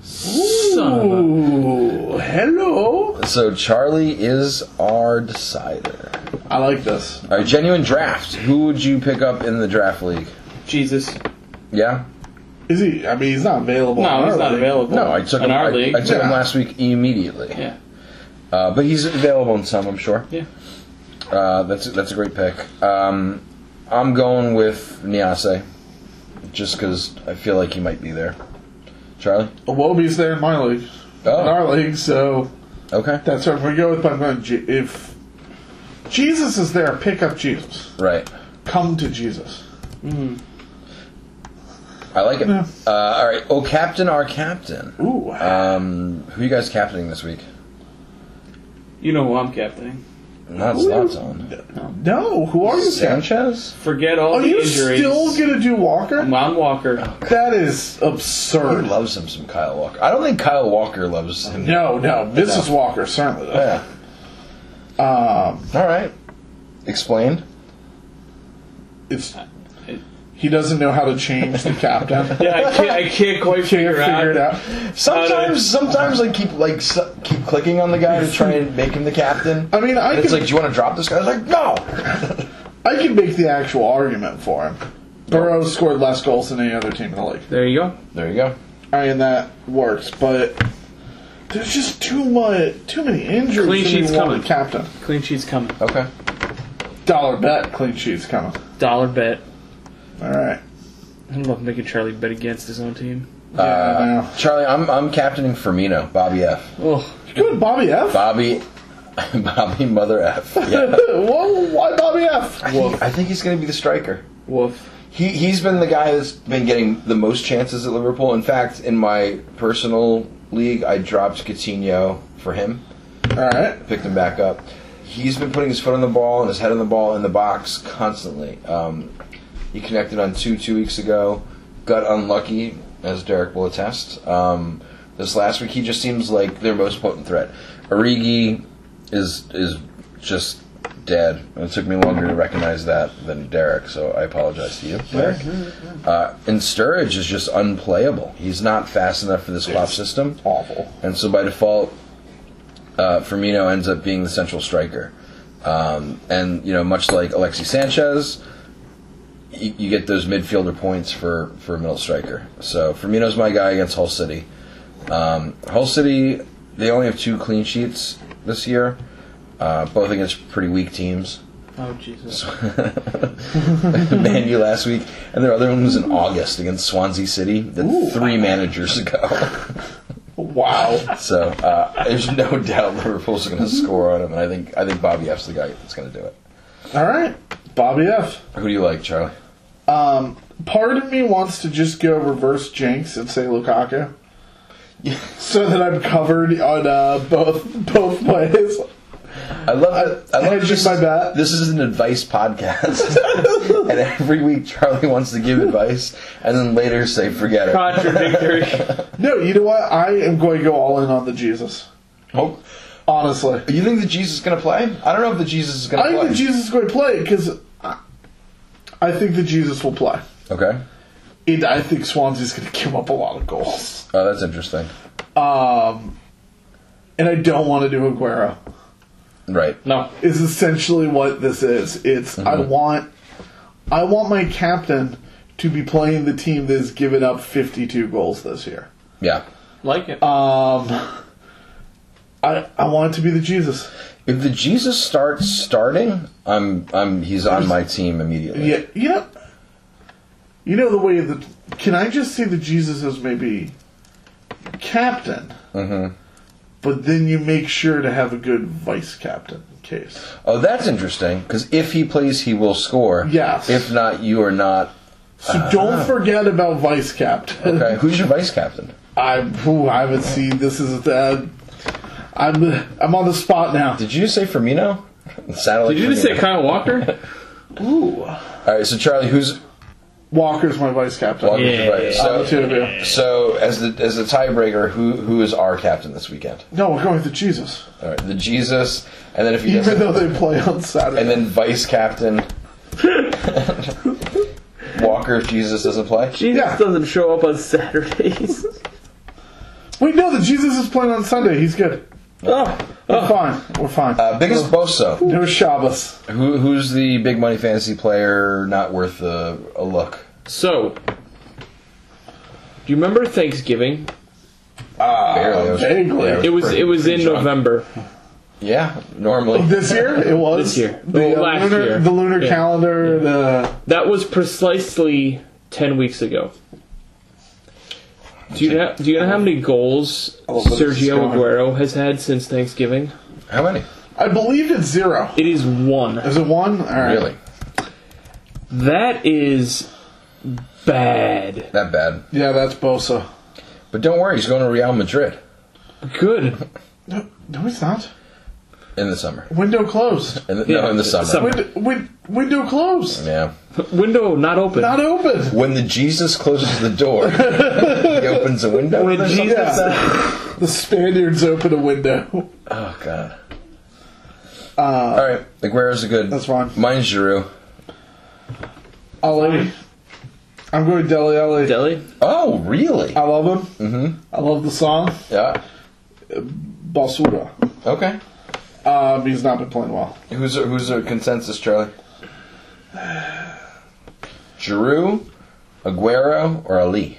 B: Son of a-
C: Ooh, hello.
A: So Charlie is our decider.
C: I like this.
A: All right, genuine draft. Who would you pick up in the draft league?
B: Jesus.
A: Yeah.
C: Is he? I mean, he's not available. in
B: No,
C: our
B: he's not
C: league.
B: available.
A: No, I took
B: in
A: him.
B: our
A: I,
B: league.
A: I took him
C: Yeah.
A: last week immediately.
B: yeah,
A: Uh, but he's available in some, I'm sure.
B: yeah.
A: Uh, that's that's a great pick. Um, I'm going with Niase, just because I feel like he might be there. Charlie.
C: Awobi's there in my league, in
A: Oh,
C: our league. So
A: okay.
C: that's what we go with. But I'm going Je- if Jesus is there, pick up Jesus.
A: Right.
C: Come to Jesus.
A: I like it.
C: Yeah.
A: Uh, all right. Oh, captain, our captain.
C: Ooh,
A: Um, who you guys captaining this week?
B: You know who I'm captaining.
A: Not Zlatan.
C: no. Who are you, Sam?
A: Sanchez.
B: Forget all
C: Are
B: the
C: you
B: injuries. Oh
C: still gonna do Walker?
B: Mount Walker.
C: That is
A: He
C: absurd.
A: loves him some Kyle Walker. I don't think Kyle Walker loves him.
C: No, no. Mrs. Walker certainly. does.
A: Yeah. Um. All right. Explain.
C: It's
B: It-
C: He doesn't know how to change the captain.
B: Yeah, I can't, I can't quite
C: Can't
B: figure,
C: figure it out.
A: Sometimes, sometimes I keep like su- keep clicking on the guy to try and make him the captain.
C: I mean, I
A: And it's
C: can-
A: like, do you want to drop this guy? I was like, no.
C: I can make the actual argument for him. Burrow scored less goals than any other team in the league.
B: There you go.
A: There you go.
C: I mean that works, but there's just too much, too many injuries.
B: Clean
C: to be
B: sheet's
C: one
B: coming.
C: Captain,
B: Clean sheet's coming.
A: Okay.
C: dollar bet, clean sheet's coming.
B: Dollar bet.
C: All right.
B: I love making Charlie bet against his own team.
C: Yeah,
A: Charlie, I'm I'm captaining Firmino, Bobby F,
B: Oh,
C: I know. Good, Bobby F.
A: Bobby, Bobby Mother F. Yeah.
C: Whoa, why Bobby F?
A: I think, I think he's going to be the striker.
B: woof.
A: He he's been the guy that's been getting the most chances at Liverpool. In fact, in my personal league, I dropped Coutinho for him,
C: All right.
A: picked him back up. He's been putting his foot on the ball and his head on the ball in the box constantly. Um, he connected on two two weeks ago, got unlucky, as Derek will attest. Um, this last week, he just seems like their most potent threat. Origi is is just dead. It took me longer to recognize that than Derek, so I apologize to you, Derek. Uh, and Sturridge is just unplayable. He's not fast enough for this Klopp system.
C: Awful.
A: And so by default, uh, Firmino ends up being the central striker. Um, and, you know, much like Alexi Sanchez, you, you get those midfielder points for, for a middle striker. So Firmino's my guy against Hull City. Um, Hull City, they only have two clean sheets this year, uh, both against pretty weak teams.
B: Oh, Jesus.
A: Man U last week, and their other one was in August against Swansea City, that three managers ago.
C: Wow.
A: So uh, there's no doubt Liverpool's going to score on him, and I think I think Bobby F's the guy that's going to do it.
C: All right. Bobby F.
A: Who do you like, Charlie?
C: Um, part of me wants to just go reverse jinx and say Lukaku, so that I'm covered on uh, both both plays.
A: I love it. I love
C: hedging
A: that this,
C: my bet.
A: this is an advice podcast, and every week Charlie wants to give advice, and then later say forget it.
B: Contradictory.
C: No, you know what? I am going to go all in on the Jesus.
A: Oh,
C: Honestly,
A: you think that Jesus is going to play? I don't know if the Jesus is going
C: I
A: to
C: think
A: play.
C: that Jesus is going to play because I, I think that Jesus will play.
A: okay.
C: And I think Swansea's going to give up a lot of goals.
A: Oh, that's interesting.
C: Um, and I don't want to do Aguero.
A: Right.
B: No.
C: Is essentially what this is. It's I want, I want my captain to be playing the team that has given up 52 goals this year.
A: Yeah.
B: Like it.
C: Um, I I want it to be the Jesus.
A: If the Jesus starts starting, I'm I'm he's on my team immediately.
C: Yeah, you know, you know the way that. Can I just see the Jesus as maybe captain? But then you make sure to have a good vice captain in case.
A: Oh, that's interesting. Because if he plays, he will score.
C: Yes.
A: If not, you are not.
C: So don't forget about vice captain.
A: Okay. Who's your vice captain?
C: I ooh, I haven't seen this is uh, I'm I'm on the spot now.
A: Did you just say Firmino? It sounded like
B: Did you just
A: Firmino.
B: say Kyle Walker?
C: Ooh,
A: All right. So Charlie, who's
C: Walker's my vice captain.
A: Walker's
B: Yeah.
A: right?
C: Uh, the two
A: So,
C: of you.
A: so as the as the tiebreaker, who who is our captain this weekend?
C: No, we're going with the Jesus.
A: All right. The Jesus, and then if he doesn't,
C: Even though they play on Saturday.
A: and then vice captain. Walker, if Jesus doesn't play.
B: Jesus
C: Yeah.
B: doesn't show up on Saturdays.
C: Wait, no, the Jesus is playing on Sunday. He's good.
B: oh,
C: We're fine. We're fine.
A: Uh, biggest Boso.
C: No Shabbos.
A: Who, who's the big money fantasy player not worth a, a look?
B: So, do you remember Thanksgiving?
A: Barely. It was-
C: vaguely.
A: yeah,
B: It was
A: pretty-
B: it was
A: pretty
B: in
A: drunk.
B: November.
A: Yeah, normally.
C: Oh, This year it was
B: This year.
C: the
B: Well,
C: uh,
B: last
C: lunar,
B: year.
C: the lunar
B: Yeah.
C: calendar. The
B: That was precisely ten weeks ago. Do you know, do you know how many goals
C: love where Oh, this is
B: Sergio
C: going.
B: Aguero has had since Thanksgiving?
A: How many?
C: I believed it's zero.
B: It is one.
C: Is it one? All right.
A: Really?
B: That is bad.
A: That bad.
C: Yeah, that's Bosa.
A: But don't worry, he's going to Real Madrid
B: Good.
C: No, no, he's not.
A: in the summer.
C: Window closed.
A: In the, no, in the summer.
B: Summer.
C: Wind, win, window closed.
A: Yeah.
B: Window not open.
C: Not open.
A: When the Jesus closes the door, he opens a window.
B: When
A: or something?
B: Jesus-
C: Yeah. the Spaniards open a window.
A: Oh God. All right, Aguero's a good.
C: That's fine.
A: Mine's Giroud.
C: Ollie, I'm going Deli Ellie.
B: Delhi.
A: Oh, really?
C: I love him. Mm-hmm. I love the song.
A: Yeah.
C: Basura.
A: Okay.
C: Um, he's not been playing well.
A: Who's a, who's a consensus, Charlie? Giroux, Aguero, or Ali?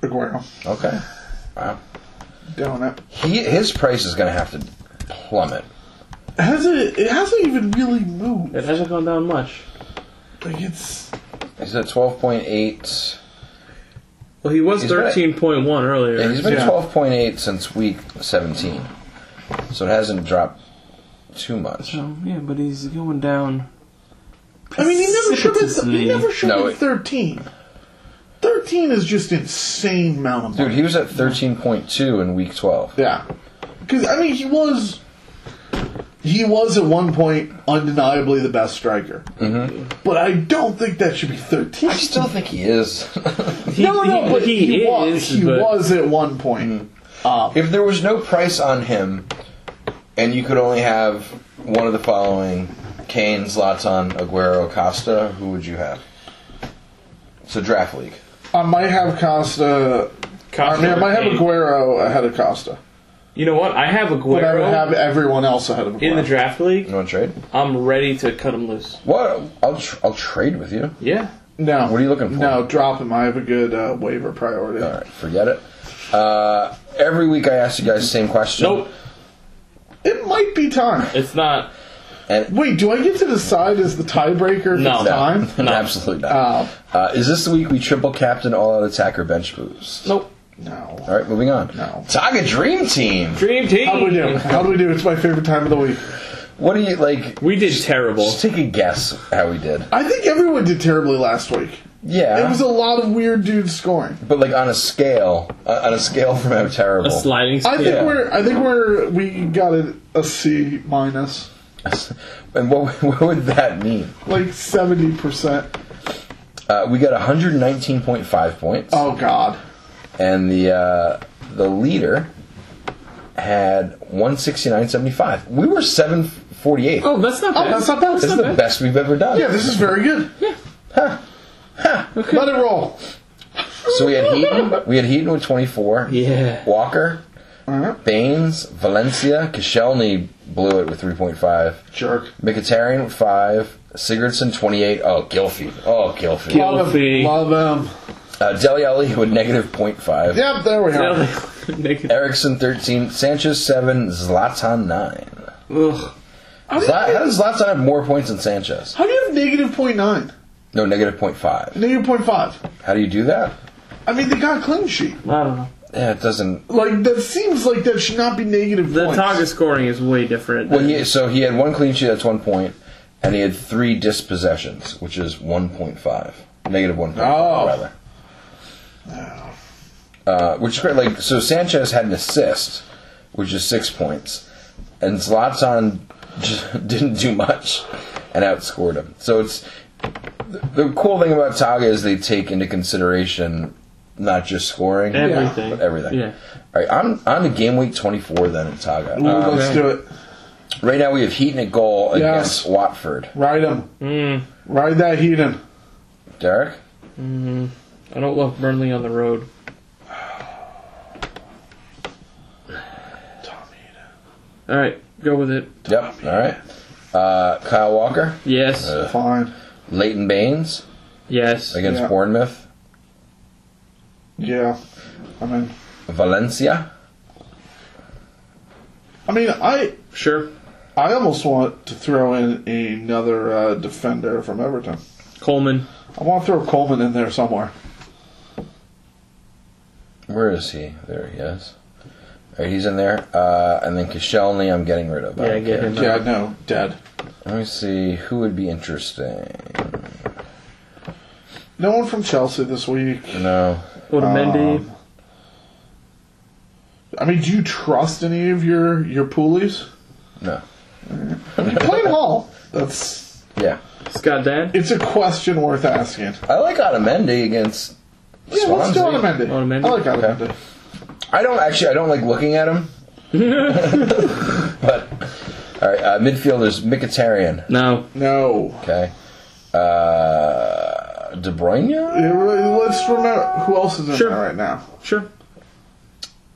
C: Aguero.
A: Okay. Wow.
C: Down it.
A: He his price is going to have to plummet.
C: Has it? It hasn't even really moved.
B: It hasn't gone down much.
C: Like it's.
A: He's at twelve point eight.
B: Well, he was
A: He's been at-
B: thirteen point one
A: Yeah,
B: earlier.
A: he's been
C: Yeah.
A: twelve point eight since week seventeen, so it hasn't dropped too much.
B: So, yeah, but he's going down.
C: I mean, he never should have. He
B: Precipitously.
C: never should
A: No,
C: have
A: it-
C: thirteen. Thirteen is just insane amount of money.
A: Dude, he was at thirteen point two in week twelve.
C: Yeah, because I mean, he was he was at one point undeniably the best striker,
A: Mm-hmm.
C: but I don't think that should be thirteen.
A: I still think he is.
C: no, no,
B: he-
C: but
B: he
C: he, was,
B: is,
C: he
B: but-
C: was at one point.
A: Mm-hmm. if there was no price on him, and you could only have one of the following: Kane, Zlatan, Aguero, Costa, who would you have? It's a draft league.
C: I might have Costa. I mean, I might have Aguero ahead of Costa,
B: You know what? I have
C: but I would have
B: Aguero
C: everyone else ahead of Aguero.
B: in the draft league.
A: You want to trade?
B: I'm ready to cut him loose.
A: What? I'll tr- I'll trade with you.
B: Yeah.
C: No,
A: What are you looking for?
C: No, drop him. I have a good uh, waiver priority.
A: All right, forget it. Uh, every week I ask you guys the same question.
B: Nope.
C: It might be time.
B: It's not.
A: And
C: Wait, do I get to decide as the tiebreaker? if
B: No. No.
C: it's time.
B: No.
A: Absolutely not.
C: Oh.
A: Uh, is this the week we triple captain all out attacker bench boost?
B: Nope.
C: No.
A: All right, moving on.
C: No.
A: Taga Dream Team.
B: Dream team.
C: How do we do? How do we do? It's my favorite time of the week.
A: What do you like?
B: We did terrible.
A: Just take a guess how we did.
C: I think everyone did terribly last week.
A: Yeah,
C: It was a lot of weird dudes scoring.
A: but like on a scale, uh, on a scale from how terrible.
B: A sliding
C: I think
B: scale.
C: we're. I think we're. We got a, a C minus,
A: and what what would that mean?
C: like seventy percent.
A: Uh, we got 119.5 points,
C: Oh God.
A: and the uh, the leader had 169.75. We were 748.
B: Oh, that's not
C: Oh,
B: bad.
C: that's not bad.
A: This is the best we've ever done.
C: Yeah, this is very good. Yeah. Huh. Huh. Let it roll.
A: So we had Heaton. We had Heaton with 24.
B: Yeah.
A: Walker, Baines, Valencia, Koscielny blew it with 3.5.
C: Jerk.
A: Mkhitaryan with 5. Sigurdsson 28. Oh, Gilfie. Oh, Gilfie.
B: Gil-
C: Love
B: Filthy.
C: him. Love him.
A: Uh, Deli Alli with negative 0.5.
C: Yep. There we are.
B: Naked.
A: Erickson 13. Sanchez 7. Zlatan 9.
B: Ugh.
C: How do you,
A: Zla- how does Zlatan have more points than Sanchez?
C: how do you have negative point nine?
A: No, negative 0.5.
C: Negative point five.
A: How do you do that?
C: I mean, they got a clean sheet.
B: I don't know.
A: Yeah, it doesn't.
C: Like that seems like that should not be negative
B: The
C: points.
B: target scoring is way different.
A: Well, he, so he had one clean sheet, that's one point, and he had three dispossessions, which is 1.5. Negative 1.5,
C: Oh.
A: rather. Uh, which is great. Like, so Sanchez had an assist, which is six points, and Zlatan just didn't do much and outscored him. So it's. The the cool thing about Taga is they take into consideration not just scoring,
B: Everything.
A: but everything.
B: Yeah.
A: All right, I'm on to game week 24 then in Taga.
C: Ooh,
A: Uh,
C: let's do it.
A: Right now we have Heaton at goal
C: Yes.
A: against Watford.
C: Ride him.
B: Mm,
C: Ride that heat in.
A: Derek?
B: I don't love Burnley on the road. All right, go with it.
A: Yep. All right. Uh, Kyle Walker,
B: Yes.
C: Fine.
A: Leighton Baines
B: yes.
A: against
C: Yeah.
A: Bournemouth,
C: Yeah. I mean,
A: Valencia.
C: I mean, I
B: Sure.
C: I almost want to throw in another uh, defender from Everton.
B: Coleman.
C: I want to throw Coleman in there somewhere.
A: Where is he? There he is. All right, he's in there. Uh, and then Koscielny, I'm getting rid of. I
B: Yeah,
A: don't
B: get
A: care.
B: him.
C: Yeah, no, dead.
A: Let me see who would be interesting.
C: No one from Chelsea this week.
A: No.
B: Otamendi.
C: I mean, do you trust any of your your poolies?
A: No.
C: Plain Hall. That's
A: Yeah.
B: Scott Dan.
C: it's a question worth asking.
A: I like Otamendi against
C: Yeah, let's do
A: Swansea.
C: Otamendi.
B: Otamendi?
C: I like Otamendi.
A: I don't actually. I don't like looking at him. but all right, uh, midfielders Mkhitaryan.
B: No.
C: No.
A: Okay. uh, De Bruyne.
C: Yeah, re- Let's remember who else is in
B: Sure.
C: there right now.
B: Sure.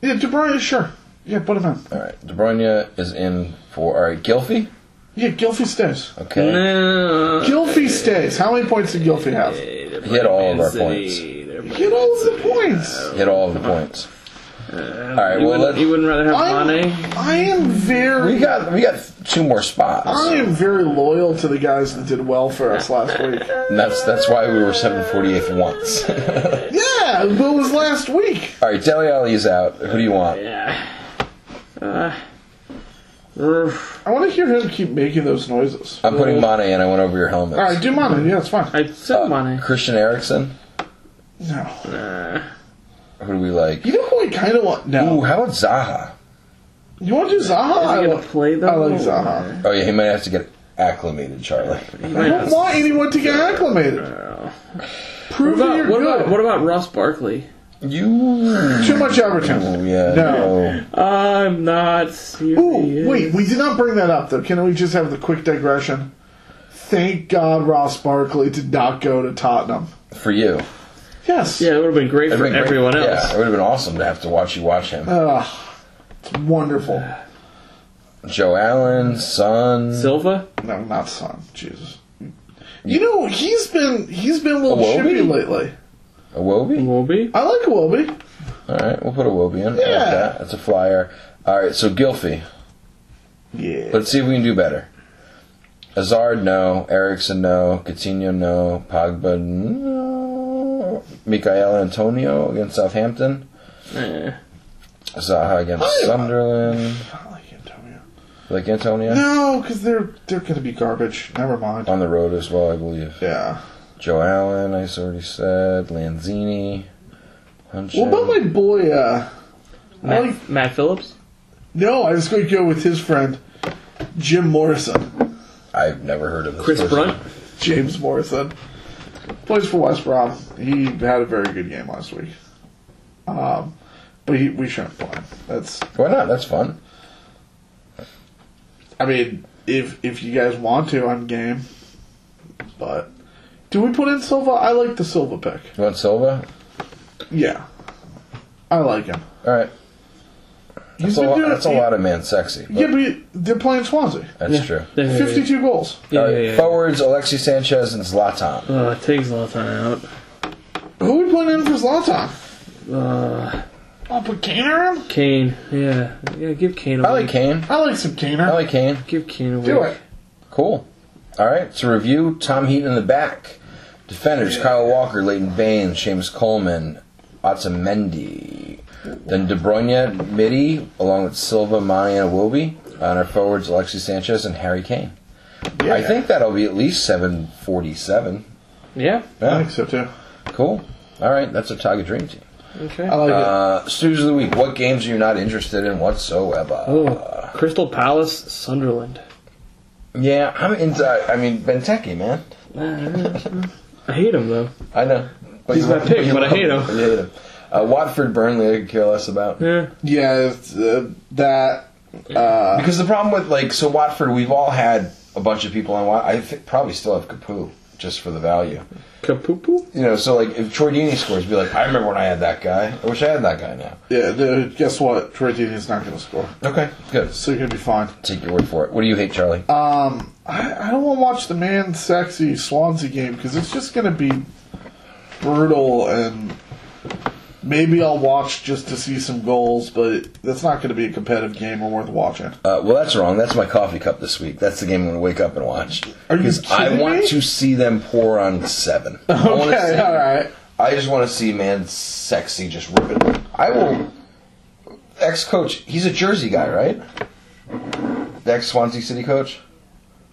C: Yeah, De Bruyne, sure. Yeah, put him in.
A: All right, De Bruyne is in for all right. Gilfy.
C: Yeah, Gilfy stays.
A: Okay,
B: No.
C: Gilfy stays. How many points did Gilfy have?
A: hit all of our points.
C: Get all the points.
A: Hit all of the points.
C: Uh,
A: all right,
B: You
A: well
B: wouldn't, you
A: let's.
B: wouldn't rather have
C: I'm,
B: Mane?
C: I am
A: We
C: very,
A: got we got two more spots.
C: I am very loyal to the guys that did well for us last week.
A: And that's that's why we were 748 for once.
C: Yeah, but it was last week.
A: All right, Deli Alley is out. Who do you want?
B: Yeah. Uh, urgh.
C: I want to hear him keep making those noises.
A: I'm putting Mane in. I went over your helmet.
C: All right, do Mane. Yeah, it's fine.
B: I said Mane.
A: Christian Erickson.
C: No,
B: Uh,
A: Who do we like?
C: you know who I kind of want.
A: Ooh,
C: No,
A: how about Zaha?
C: you want to do Zaha?
B: Is he
C: I
B: gonna
C: like-
B: play, though?
C: I like Zaha.
A: Oh yeah, he might have to get acclimated, Charlie.
C: I don't want anyone to get acclimated. Prove
B: What
C: that
B: about,
C: you're
B: what
C: good.
B: about what about Ross Barkley?
A: You.
C: Too much Everton.
A: Oh, yeah.
C: No.
B: I'm not serious.
C: Ooh, wait, we did not bring that up though. Can we just have the quick digression? Thank God Ross Barkley did not go to Tottenham.
A: For you.
C: Yes.
B: Yeah, it would have been great
A: It'd
B: for
A: been great-
B: everyone else.
A: Yeah, it would have been awesome to have to watch you watch him.
C: Ugh, it's wonderful.
A: Joe Allen, Son.
B: Silva?
C: No, not Son. Jesus. You know he's been he's been a little
A: Iwobi?
C: chippy lately.
A: Awobi.
B: Will be?
C: I like Iwobi.
A: All right, we'll put Awobi in. I like
C: Yeah.
A: that. That's a flyer. All right, so Gilfy.
C: Yeah.
A: Let's see if we can do better. Hazard, no. Erickson, no. Coutinho, no. Pogba, no. Mikael Antonio against Southampton.
B: Eh.
A: Zaha against
C: Oh, yeah.
A: Sunderland.
C: I like Antonio.
A: Like Antonio?
C: No, because they're they're gonna be garbage. Never mind.
A: On the road as well, I believe.
C: Yeah.
A: Joe Allen, I already said. Lanzini. Hunche.
C: What about my boy? Uh, I like
B: Matt, Matt Phillips?
C: no. I was going to go with his friend, Jim Morrison.
A: I've never heard of this
B: Chris
A: person.
B: Brunt?
C: James Morrison plays for West Brom. He had a very good game last week, um, but he, we shouldn't play him. That's
A: Why not? That's fun.
C: I mean, if if you guys want to, I'm game. But do we put in Silva? I like the Silva pick.
A: You want Silva?
C: Yeah, I like him.
A: All right.
C: He's
A: That's, a,
C: been
A: lot,
C: doing
A: that's a lot of man sexy. but
C: Yeah, but they're playing Swansea.
A: that's true.
B: There he is.
C: Fifty-two goals.
B: Yeah,
A: All right,
B: yeah, yeah.
A: Forwards, Alexi Sanchez and Zlatan.
B: Uh, it takes a lot of time out.
C: Who are we putting in for Zlatan?
B: Uh,
C: I'll put Kaner in.
B: Kane. Yeah. Yeah, give Kane away.
A: I like Kane.
C: I like some Kaner.
A: I like Kane.
B: Give Kane away.
C: Do it.
A: Cool. All right. So review: Tom Heaton in the back, defenders Kyle Walker, Leighton Baines, Seamus Coleman, Otamendi, then De Bruyne, Midi, along with Silva, Mane, and Iwobi. On our forwards, Alexis Sanchez and Harry Kane. I
C: Yeah.
A: think that'll be at least seven forty-seven.
B: Yeah.
C: I
A: Yeah.
C: think so too.
A: Cool. All right. That's our Target Dream Team.
B: Okay.
C: I like it.
A: Uh, Stews of the week. What games are you not interested in whatsoever?
B: Oh, Crystal Palace, Sunderland.
A: Yeah, I'm into. I mean, Benteke, man.
B: I hate him though.
A: I know. But
B: He's
A: you-
B: my pick,
A: you
B: but I
A: love
B: hate him.
A: You hate him. Uh, Watford, Burnley, I could care less about.
B: Yeah.
C: Yeah, it's, uh, that. Uh,
A: Because the problem with like, so Watford, we've all had a bunch of people on. Wat- I th- probably still have Capu just for the value.
B: Kapupu.
A: You know, so like if Troy Deeney scores, be like, I remember when I had that guy. I wish I had that guy now.
C: yeah, the, guess what? Troy is not going to score,
A: Okay, good.
C: so you're going to be fine.
A: Take your word for it. What do you hate, Charlie?
C: Um, I, I don't want to watch the man sexy Swansea game because it's just going to be brutal, and maybe I'll watch just to see some goals, but that's not going to be a competitive game or worth watching.
A: Uh, well, that's wrong. That's my coffee cup this week. That's the game I'm going to wake up and watch.
C: Are you
A: Because I
C: kidding
A: want
C: me?
A: to see them pour on seven. I wanna
C: Okay,
A: see-
C: all right.
A: I just want to see man sexy just rip it. I will. Ex coach, he's a Jersey guy, right? The ex Swansea City coach.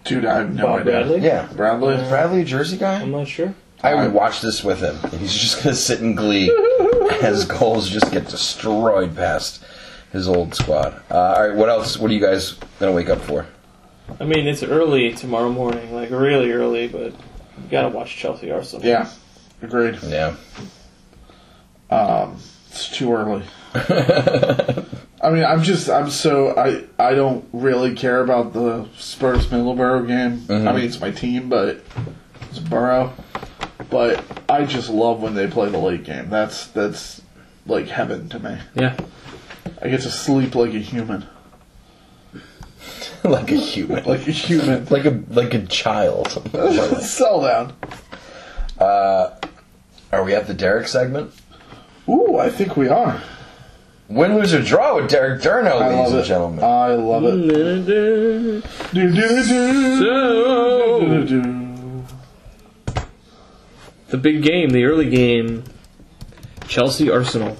C: Dude, I have no
B: Bob
C: idea.
B: Bradley?
A: Yeah,
C: Bradley?
A: Is Bradley a Jersey guy?
B: I'm not sure.
A: I would watch this with him. And he's just gonna sit in glee as goals just get destroyed past his old squad. Uh, all right, what else? What are you guys gonna wake up for?
D: I mean, it's early tomorrow morning, like really early, but you gotta watch Chelsea Arsenal.
C: Yeah, agreed.
A: Yeah.
C: Um, it's too early. I mean, I'm just, I'm so, I, I
A: Mm-hmm.
C: don't really care about the Spurs Middleborough game. I mean, it's my team, but it's Burrow. But I just love when they play the late game. That's that's like heaven to me.
B: Yeah.
C: I get to sleep like a human,
A: like a human, like
C: like a human.
A: like a like a child.
C: Sell down.
A: Are we at the Derek segment?
C: Ooh, I think we are.
A: Win, lose, or draw with Derek Durno,
C: I
A: ladies
C: love
A: and
C: it.
A: gentlemen.
C: I love it.
B: Mm.
C: Do, do, do,
B: So
C: do, do.
B: the big game, the early game, Chelsea Arsenal.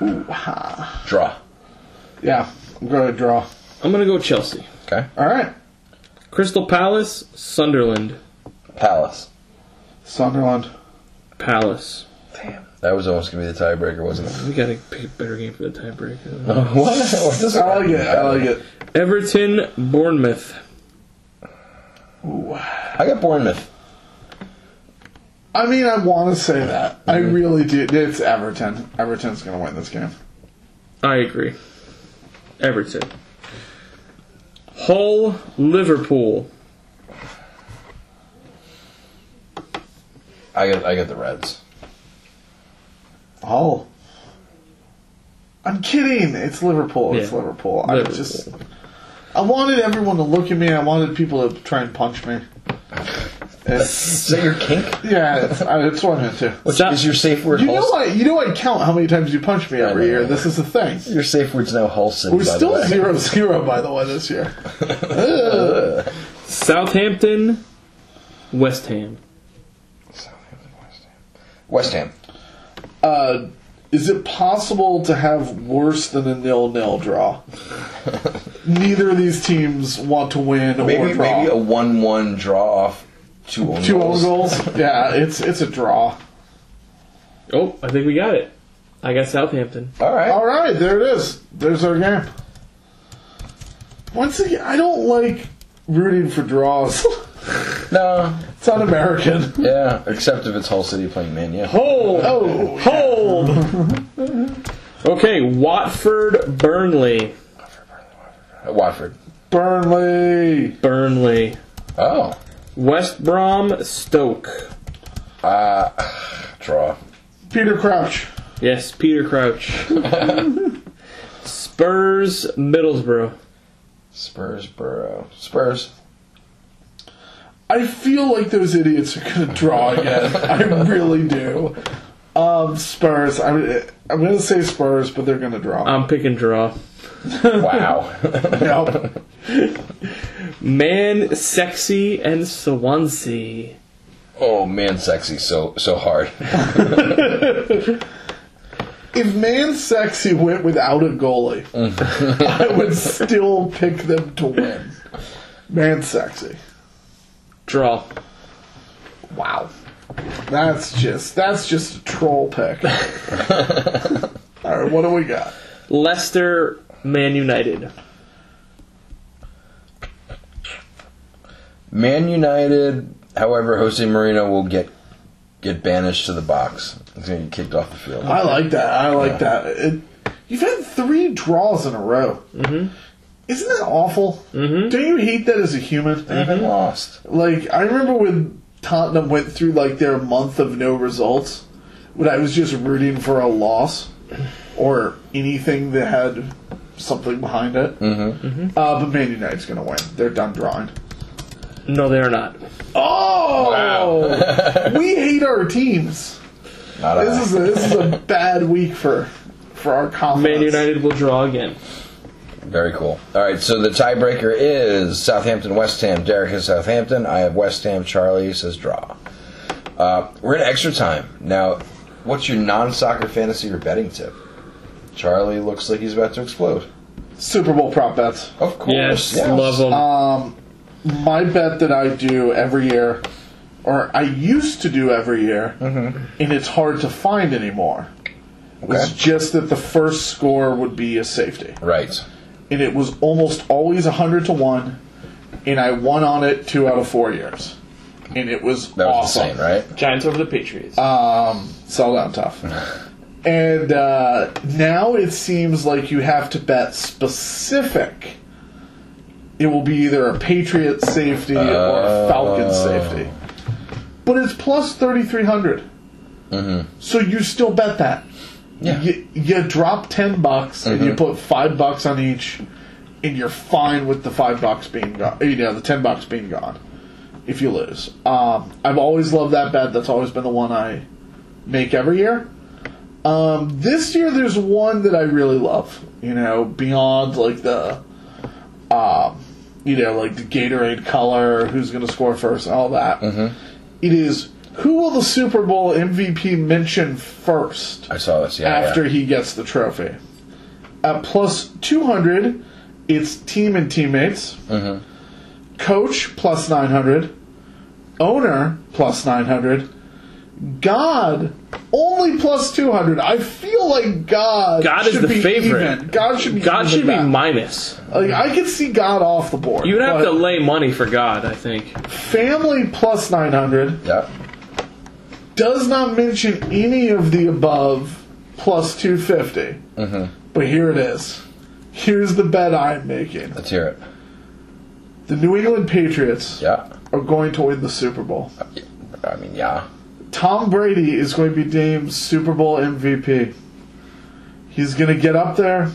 A: draw.
C: Yeah, I'm gonna draw.
B: I'm gonna go Chelsea.
A: Okay.
C: All right,
B: Crystal Palace, Sunderland,
A: Palace.
C: Sunderland.
B: Palace.
A: Damn. That was almost gonna be the tiebreaker, wasn't it?
B: We gotta pick a better game for the tiebreaker.
A: what? What does-
C: I like it. I like it.
B: Everton, Bournemouth.
A: I got Bournemouth.
C: I mean, I want to say that. I really do. It's Everton. Everton's gonna win this game.
B: I agree. Everton. Hull, Liverpool.
A: I got I got the Reds.
C: Oh. I'm kidding. It's Liverpool. It's
B: Yeah.
C: Liverpool. I
B: Liverpool.
C: just I wanted everyone to look at me. I wanted people to try and punch me. It's,
A: Is that your kink?
C: yeah, it's, I, it's what I meant to.
A: What's
B: that-
A: is your safe word?
C: You
A: Hull-
C: know I you know I count how many times you punch me every
A: know.
C: year. This is the thing.
A: Your safe word's now Hulson.
C: We're
A: by
C: still
A: the way.
C: zero zero by the way this year.
B: Southampton, West Ham.
A: Southampton, West Ham. West Ham.
C: Uh, is it possible to have worse than a nil nil draw? Neither of these teams want to win
A: Maybe
C: or draw.
A: maybe a one-one draw off two own
C: Two own
A: goals.
C: goals. yeah, it's it's a draw.
B: Oh, I think we got it. I got Southampton.
A: All right.
C: All right, there it is. There's our game. Once again, I don't like rooting for draws.
A: No.
C: it's un-American.
A: Yeah. Except if it's Hull City playing Man U.
B: Hold!
C: Oh,
B: Hold! okay, Watford, Burnley.
A: Uh, Watford.
C: Burnley.
B: Burnley.
A: Oh.
B: West Brom, Stoke.
A: Uh, draw.
C: Peter Crouch.
B: Yes, Peter Crouch. Spurs, Middlesbrough.
A: Spurs, Burrow. Spurs.
C: I feel like those idiots are going to draw again. I really do. Um, Spurs. I'm, I'm going to say Spurs, but they're going to draw.
B: I'm picking draw.
A: Wow.
C: Yep.
B: Man, sexy, and Swansea.
A: oh man, sexy. So so hard.
C: If Man Sexy went without a goalie, I would still pick them to win. Man Sexy.
B: Draw.
C: Wow. That's just that's just a troll pick. All right, what do we got?
B: Leicester, Man United.
A: Man United. However, Jose Marino will get get banished to the box. He's gonna get kicked off the field.
C: I like that. I like that. It, you've had three draws in a row. Mm-hmm. Isn't that awful? Mm-hmm. Don't you hate that as a human?
A: They lost.
C: Like I remember when Tottenham went through like their month of no results, when I was just rooting for a loss or anything that had something behind it. Mm-hmm. Uh, but Man United's gonna win. They're done drawing.
B: No, they are not.
C: Oh, we hate our teams.
A: Not
C: This
A: a,
C: is a, this is a bad week for for our confidence.
B: Man United will draw again.
A: very cool. All right. So the tiebreaker is Southampton, West Ham. Derek has Southampton. I have West Ham. Charlie says draw. Uh, we're in extra time now. What's your non-soccer fantasy or betting tip? Charlie looks like he's about to explode.
C: Super Bowl prop bets.
A: Of course.
B: Yes, love them.
C: Um, my bet that I do every year, or I used to do every year, and it's hard to find anymore. It's
A: Mm-hmm. Okay.
C: just that the first score would be a safety,
A: Right.
C: and it was almost always hundred to one, and I won on it two out of four years, and it was
A: That was
C: awesome.
A: insane, right?
D: Giants over the Patriots.
C: Sell down tough. and uh, now it seems like you have to bet specific it will be either a Patriot safety or a Falcon
A: Oh.
C: safety. But it's plus 3,300. So you still bet that.
A: Yeah.
C: You, you drop 10 bucks and you put 5 bucks on each, and you're fine with the 5 bucks being gone. You know, the 10 bucks being gone if you lose. Um, I've always loved that bet. That's always been the one I make every year. Um, this year, there's one that I really love. You know, beyond like the, um, you know, like the Gatorade color, who's going to score first, and all that. It is who will the Super Bowl MVP mention first
A: I saw this. Yeah.
C: after
A: yeah.
C: he gets the trophy. At plus 200, it's team and teammates.
B: Mm-hmm.
C: Coach plus 900. Owner plus 900. God only plus 200. I feel like God
B: God is the favorite.
C: even. God should be
B: God
C: even
B: should be
C: back.
B: minus.
C: like I could see God off the board.
B: You would have
C: but
B: to lay money for God, I think.
C: family plus 900.
A: yeah.
C: does not mention any of the above plus 250.
A: Mm-hmm.
C: But here it is. Here's the bet I'm making.
A: Let's hear it.
C: The New England Patriots
A: Yeah.
C: are going to win the Super Bowl.
A: I mean, yeah.
C: Tom Brady is going to be named Super Bowl MVP. He's going to get up there.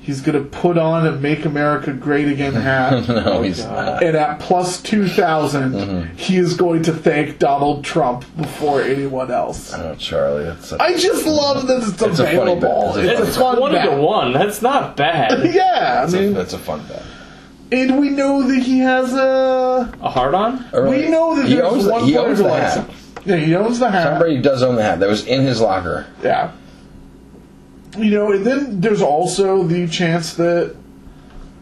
C: He's going to put on a Make America Great Again hat.
A: No, Mm-hmm. he's not.
C: and at plus 2,000, he is going to thank Donald Trump before anyone else.
A: Oh, Charlie, that's such
C: I just love that it's
A: It's a funny bet.
C: available.
A: It's a
C: It's a fun
D: one
C: bet.
D: to one. That's not bad.
C: Yeah, I
A: that's, a,
C: mean,
A: that's a fun bet.
C: and we know that he has a.
D: A hard on?
C: We know that
A: he
C: there's
A: owns, the-
C: one
A: he
C: player
A: owns
C: who
A: the
C: likes
A: hat.
C: him. Yeah, he owns the hat.
A: Tom Brady does own the hat. That was in his locker.
C: Yeah. You know, and then there's also the chance that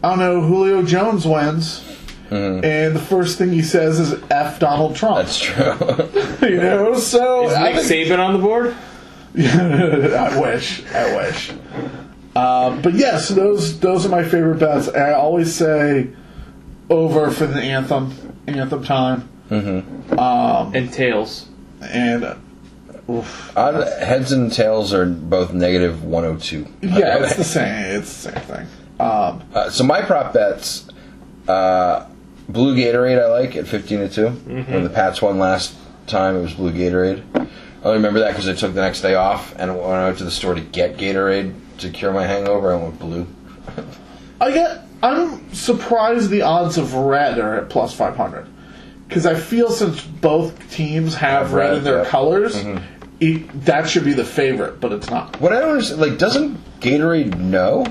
C: I don't know Julio Jones wins, and the first thing he says is "f Donald Trump."
A: Mm-hmm. That's true.
C: you know, so
D: Is
C: I
D: Nick
C: think-
D: Saban on the board?
C: I wish. I wish. Uh, but yes, those those are my favorite bets. And I always say over for the anthem, anthem time,
D: And tails.
C: and uh, oof.
A: On, heads and tails are both negative 102.
C: yeah, it's the same. It's the same thing. Um,
A: Uh, so my prop bets, uh, blue Gatorade I like at 15 to 2.
C: Mm-hmm.
A: When the Pats won last time, it was blue Gatorade. I remember that because I took the next day off, and when I went to the store to get Gatorade to cure my hangover, I went blue.
C: I get. I'm surprised the odds of red are at plus five hundred because I feel since both teams have red,
A: red,
C: in their
A: yeah. Mm-hmm.
C: colors, it, that should be the favorite, but it's not.
A: What I don't understand, like, doesn't Gatorade know?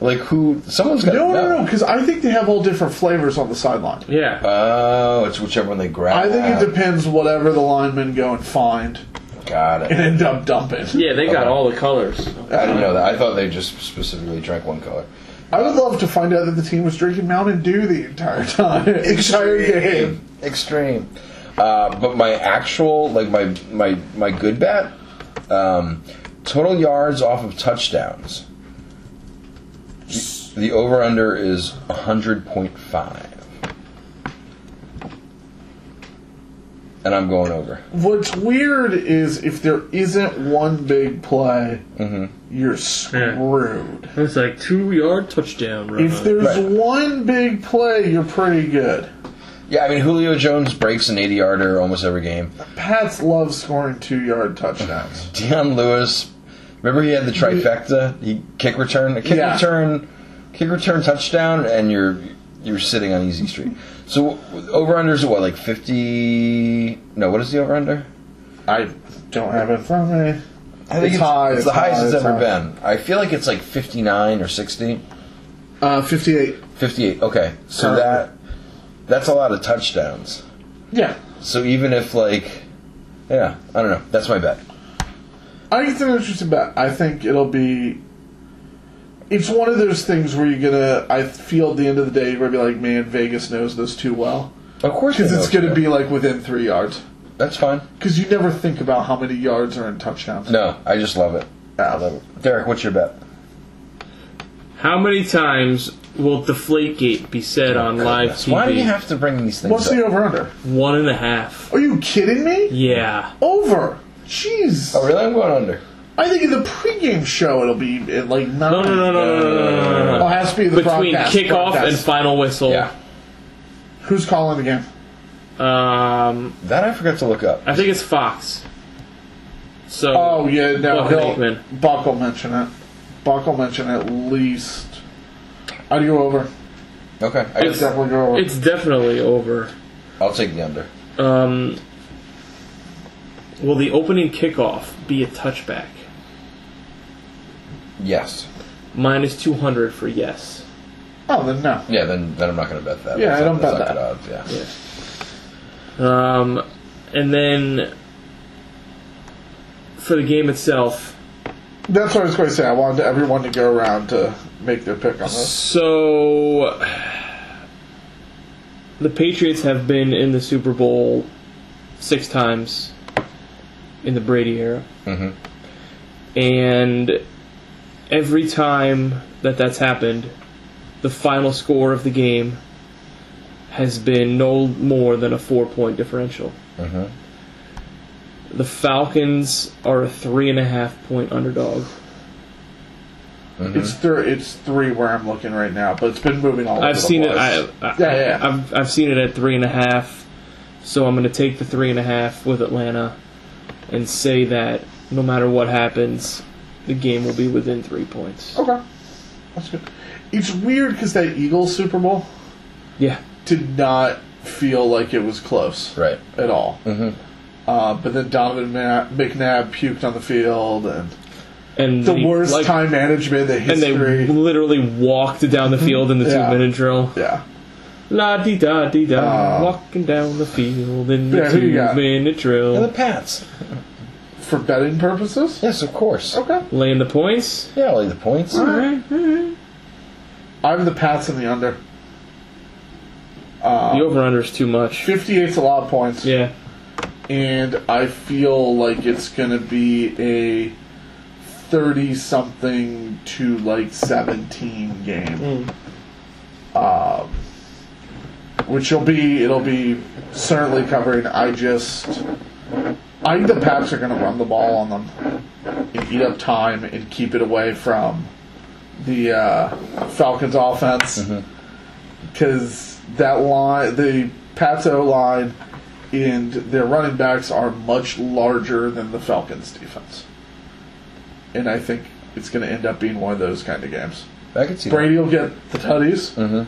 A: Like, who? Someone's got
C: No,
A: to know.
C: no, no, because I think they have all different flavors on the sideline.
B: Yeah.
A: Oh, it's whichever one they grab.
C: I think
A: at.
C: it depends whatever the linemen go and find
A: Got
C: and
A: it.
C: end up dumping.
B: Yeah, they got
A: Okay.
B: all the colors.
A: I didn't know that. I thought they just specifically drank one color.
C: I would love to find out that the team was drinking Mountain Dew the entire time, entire game.
A: Extreme. Uh, but my actual, like my my my good bet, um, total yards off of touchdowns. The over under is hundred point five, and I'm going over.
C: What's weird is if there isn't one big play,
A: Mm-hmm.
C: you're screwed.
B: It's like two yard touchdown run.
C: If there's
A: Right.
C: one big play, you're pretty good.
A: Yeah, I mean Julio Jones breaks an eighty yarder almost every game.
C: Pats love scoring two yard touchdowns.
A: Deion Lewis. Remember he had the trifecta. He kick return, a kick
C: Yeah.
A: return, kick return touchdown, and you're you're sitting on easy street. So over unders what like fifty? No, what is the over under?
C: I don't have it from me.
A: I think
C: It's high,
A: It's,
C: it's
A: the
C: high,
A: highest it's,
C: it's
A: ever
C: high.
A: been. I feel like it's like fifty nine or 60.
C: Uh, 58.
A: 58. Okay, so
C: Currently.
A: that that's a lot of touchdowns.
C: Yeah.
A: So even if like, yeah, I don't know. That's my bet.
C: I think it's an interesting bet. I think it'll be. It's one of those things where you're gonna. I feel at the end of the day, you're gonna be like, man, Vegas knows this too well
A: Of course,
C: because
A: they know
C: it's gonna be like within three yards.
A: That's fine.
C: Because you never think about how many yards are in touchdowns.
A: No, I just love it. I love it. Derek, what's your bet?
B: How many times will Deflategate be said on live TV?
A: Why do you have to bring these things
C: What's
A: up?
C: the over under?
B: One and a half.
C: Are you kidding me?
B: Yeah.
C: Over. Jeez.
A: oh, really? I'm going under.
C: I think in the pregame show it'll be at like nine.
B: No, no, no, no, no, no, no, no, no,
C: Well,
B: no.
C: Oh, it has to be the
B: Between
C: broadcast,
B: kickoff and
C: broadcast.
B: final whistle,
A: Yeah,
C: Who's calling again?
B: um,
A: that I forgot to look up.
B: I think it's Fox. So,
C: Oh yeah, no,
B: Buck
C: he'll,
B: Nakman.
C: Buck will mention it. Buck will mention at least. I'd go over.
A: Okay, I
B: It's-
A: guess
C: Definitely go over.
B: it's definitely over.
A: I'll take the under.
B: Um, will the opening kickoff be a touchback?
A: Yes.
B: Minus 200 for yes.
C: oh, then no.
A: Yeah, then then I'm not going to bet that.
C: Yeah,
A: That's
C: I
A: not-
C: don't
A: that's
C: bet
A: not
C: that.
A: good odds, yeah.
B: Um, and then for the game itself,
C: That's what I was going to say. I wanted everyone to go around to make their pick on this.
B: so the Patriots have been in the Super Bowl six times in the Brady era.
A: Mhm.
B: And every time that that's happened, the final score of the game has been no more than a four point differential.
A: Mhm.
B: The Falcons are a three and a half point underdog. Mm-hmm.
C: It's three. It's three where I'm looking right now, but it's been moving all. over
B: I've
C: the
B: seen it.
C: place.
B: I, I,
C: Yeah, yeah.
B: I've I've seen it at three and a half. So I'm going to take the three and a half with Atlanta, and say that no matter what happens, the game will be within three points.
C: Okay. That's good. It's weird because that Eagles Super Bowl
B: Yeah,
C: did not feel like it was close
A: Right.
C: at all. Mm-hmm. Uh, but then Donovan Ma- McNabb puked on the field, and
B: and
C: the
B: they,
C: worst
B: like,
C: time management in
B: And they
C: history.
B: literally walked down the field in the
C: Yeah.
B: two minute drill.
C: yeah.
B: La di da di da,
C: Ah.
B: walking down the field in the
C: Yeah, who
B: two
C: you got?
B: minute
A: And the
B: drill.
A: Pats.
C: For betting purposes?
A: Yes, of course.
C: Okay.
B: Laying the points.
A: Yeah, I'll lay the points.
C: I'm the Pats and the under. Oh.
B: the over under is too much.
C: 58's a lot of points.
B: Yeah,
C: And I feel like it's going to be a 30 something to like 17 game. Um, which will be, it'll be certainly covering. I just, I think the Pats are going to run the ball on them and eat up time and keep it away from the uh, Falcons offense. Because that line, the Pats O line and their running backs are much larger than the Falcons defense. And I think it's going to end up being one of those kind of games.
A: I can see that.
C: Brady will get the tutties,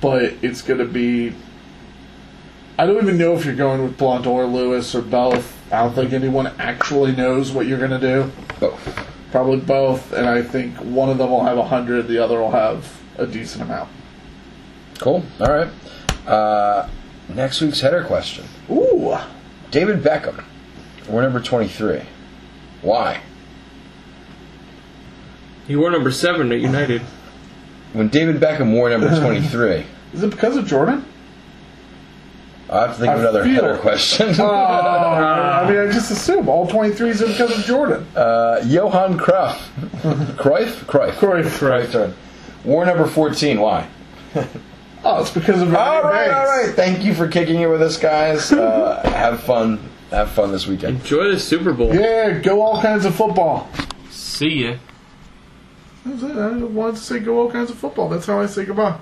C: but it's going to be. I don't even know if you're going with Blunt or Lewis or both. I don't think anyone actually knows what you're going to do.
A: Oh,
C: Probably both, and I think one of them will have 100, the other will have a decent amount.
A: cool. All right. Uh, next week's header question.
C: Ooh!
A: David Beckham. We're number 23. Why?
B: you were number seven at United.
A: When David Beckham wore number 23,
C: Is it because of Jordan?
A: I'll have to think of
C: I
A: another
C: feel- Oh,
A: header question.
C: I mean, I just assume all 23s are because of Jordan.
A: Uh, Johan Cruyff. Cruyff? Cruyff.
C: Cruyff.
A: Cruyff. turn. War number 14. Why?
C: Oh, it's because of
A: All
C: Ryan
A: right,
C: Banks.
A: all right. Thank you for kicking it with us, guys. Uh, have fun. Have fun this weekend.
B: Enjoy the Super Bowl.
C: Yeah, go all kinds of football.
B: See ya.
C: That's it. I wanted to say go all kinds of football. That's how I say goodbye.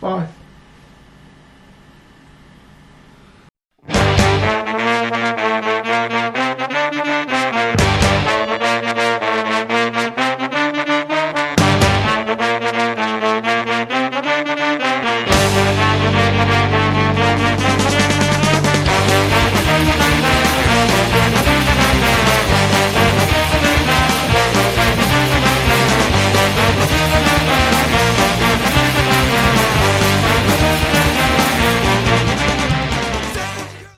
C: Bye.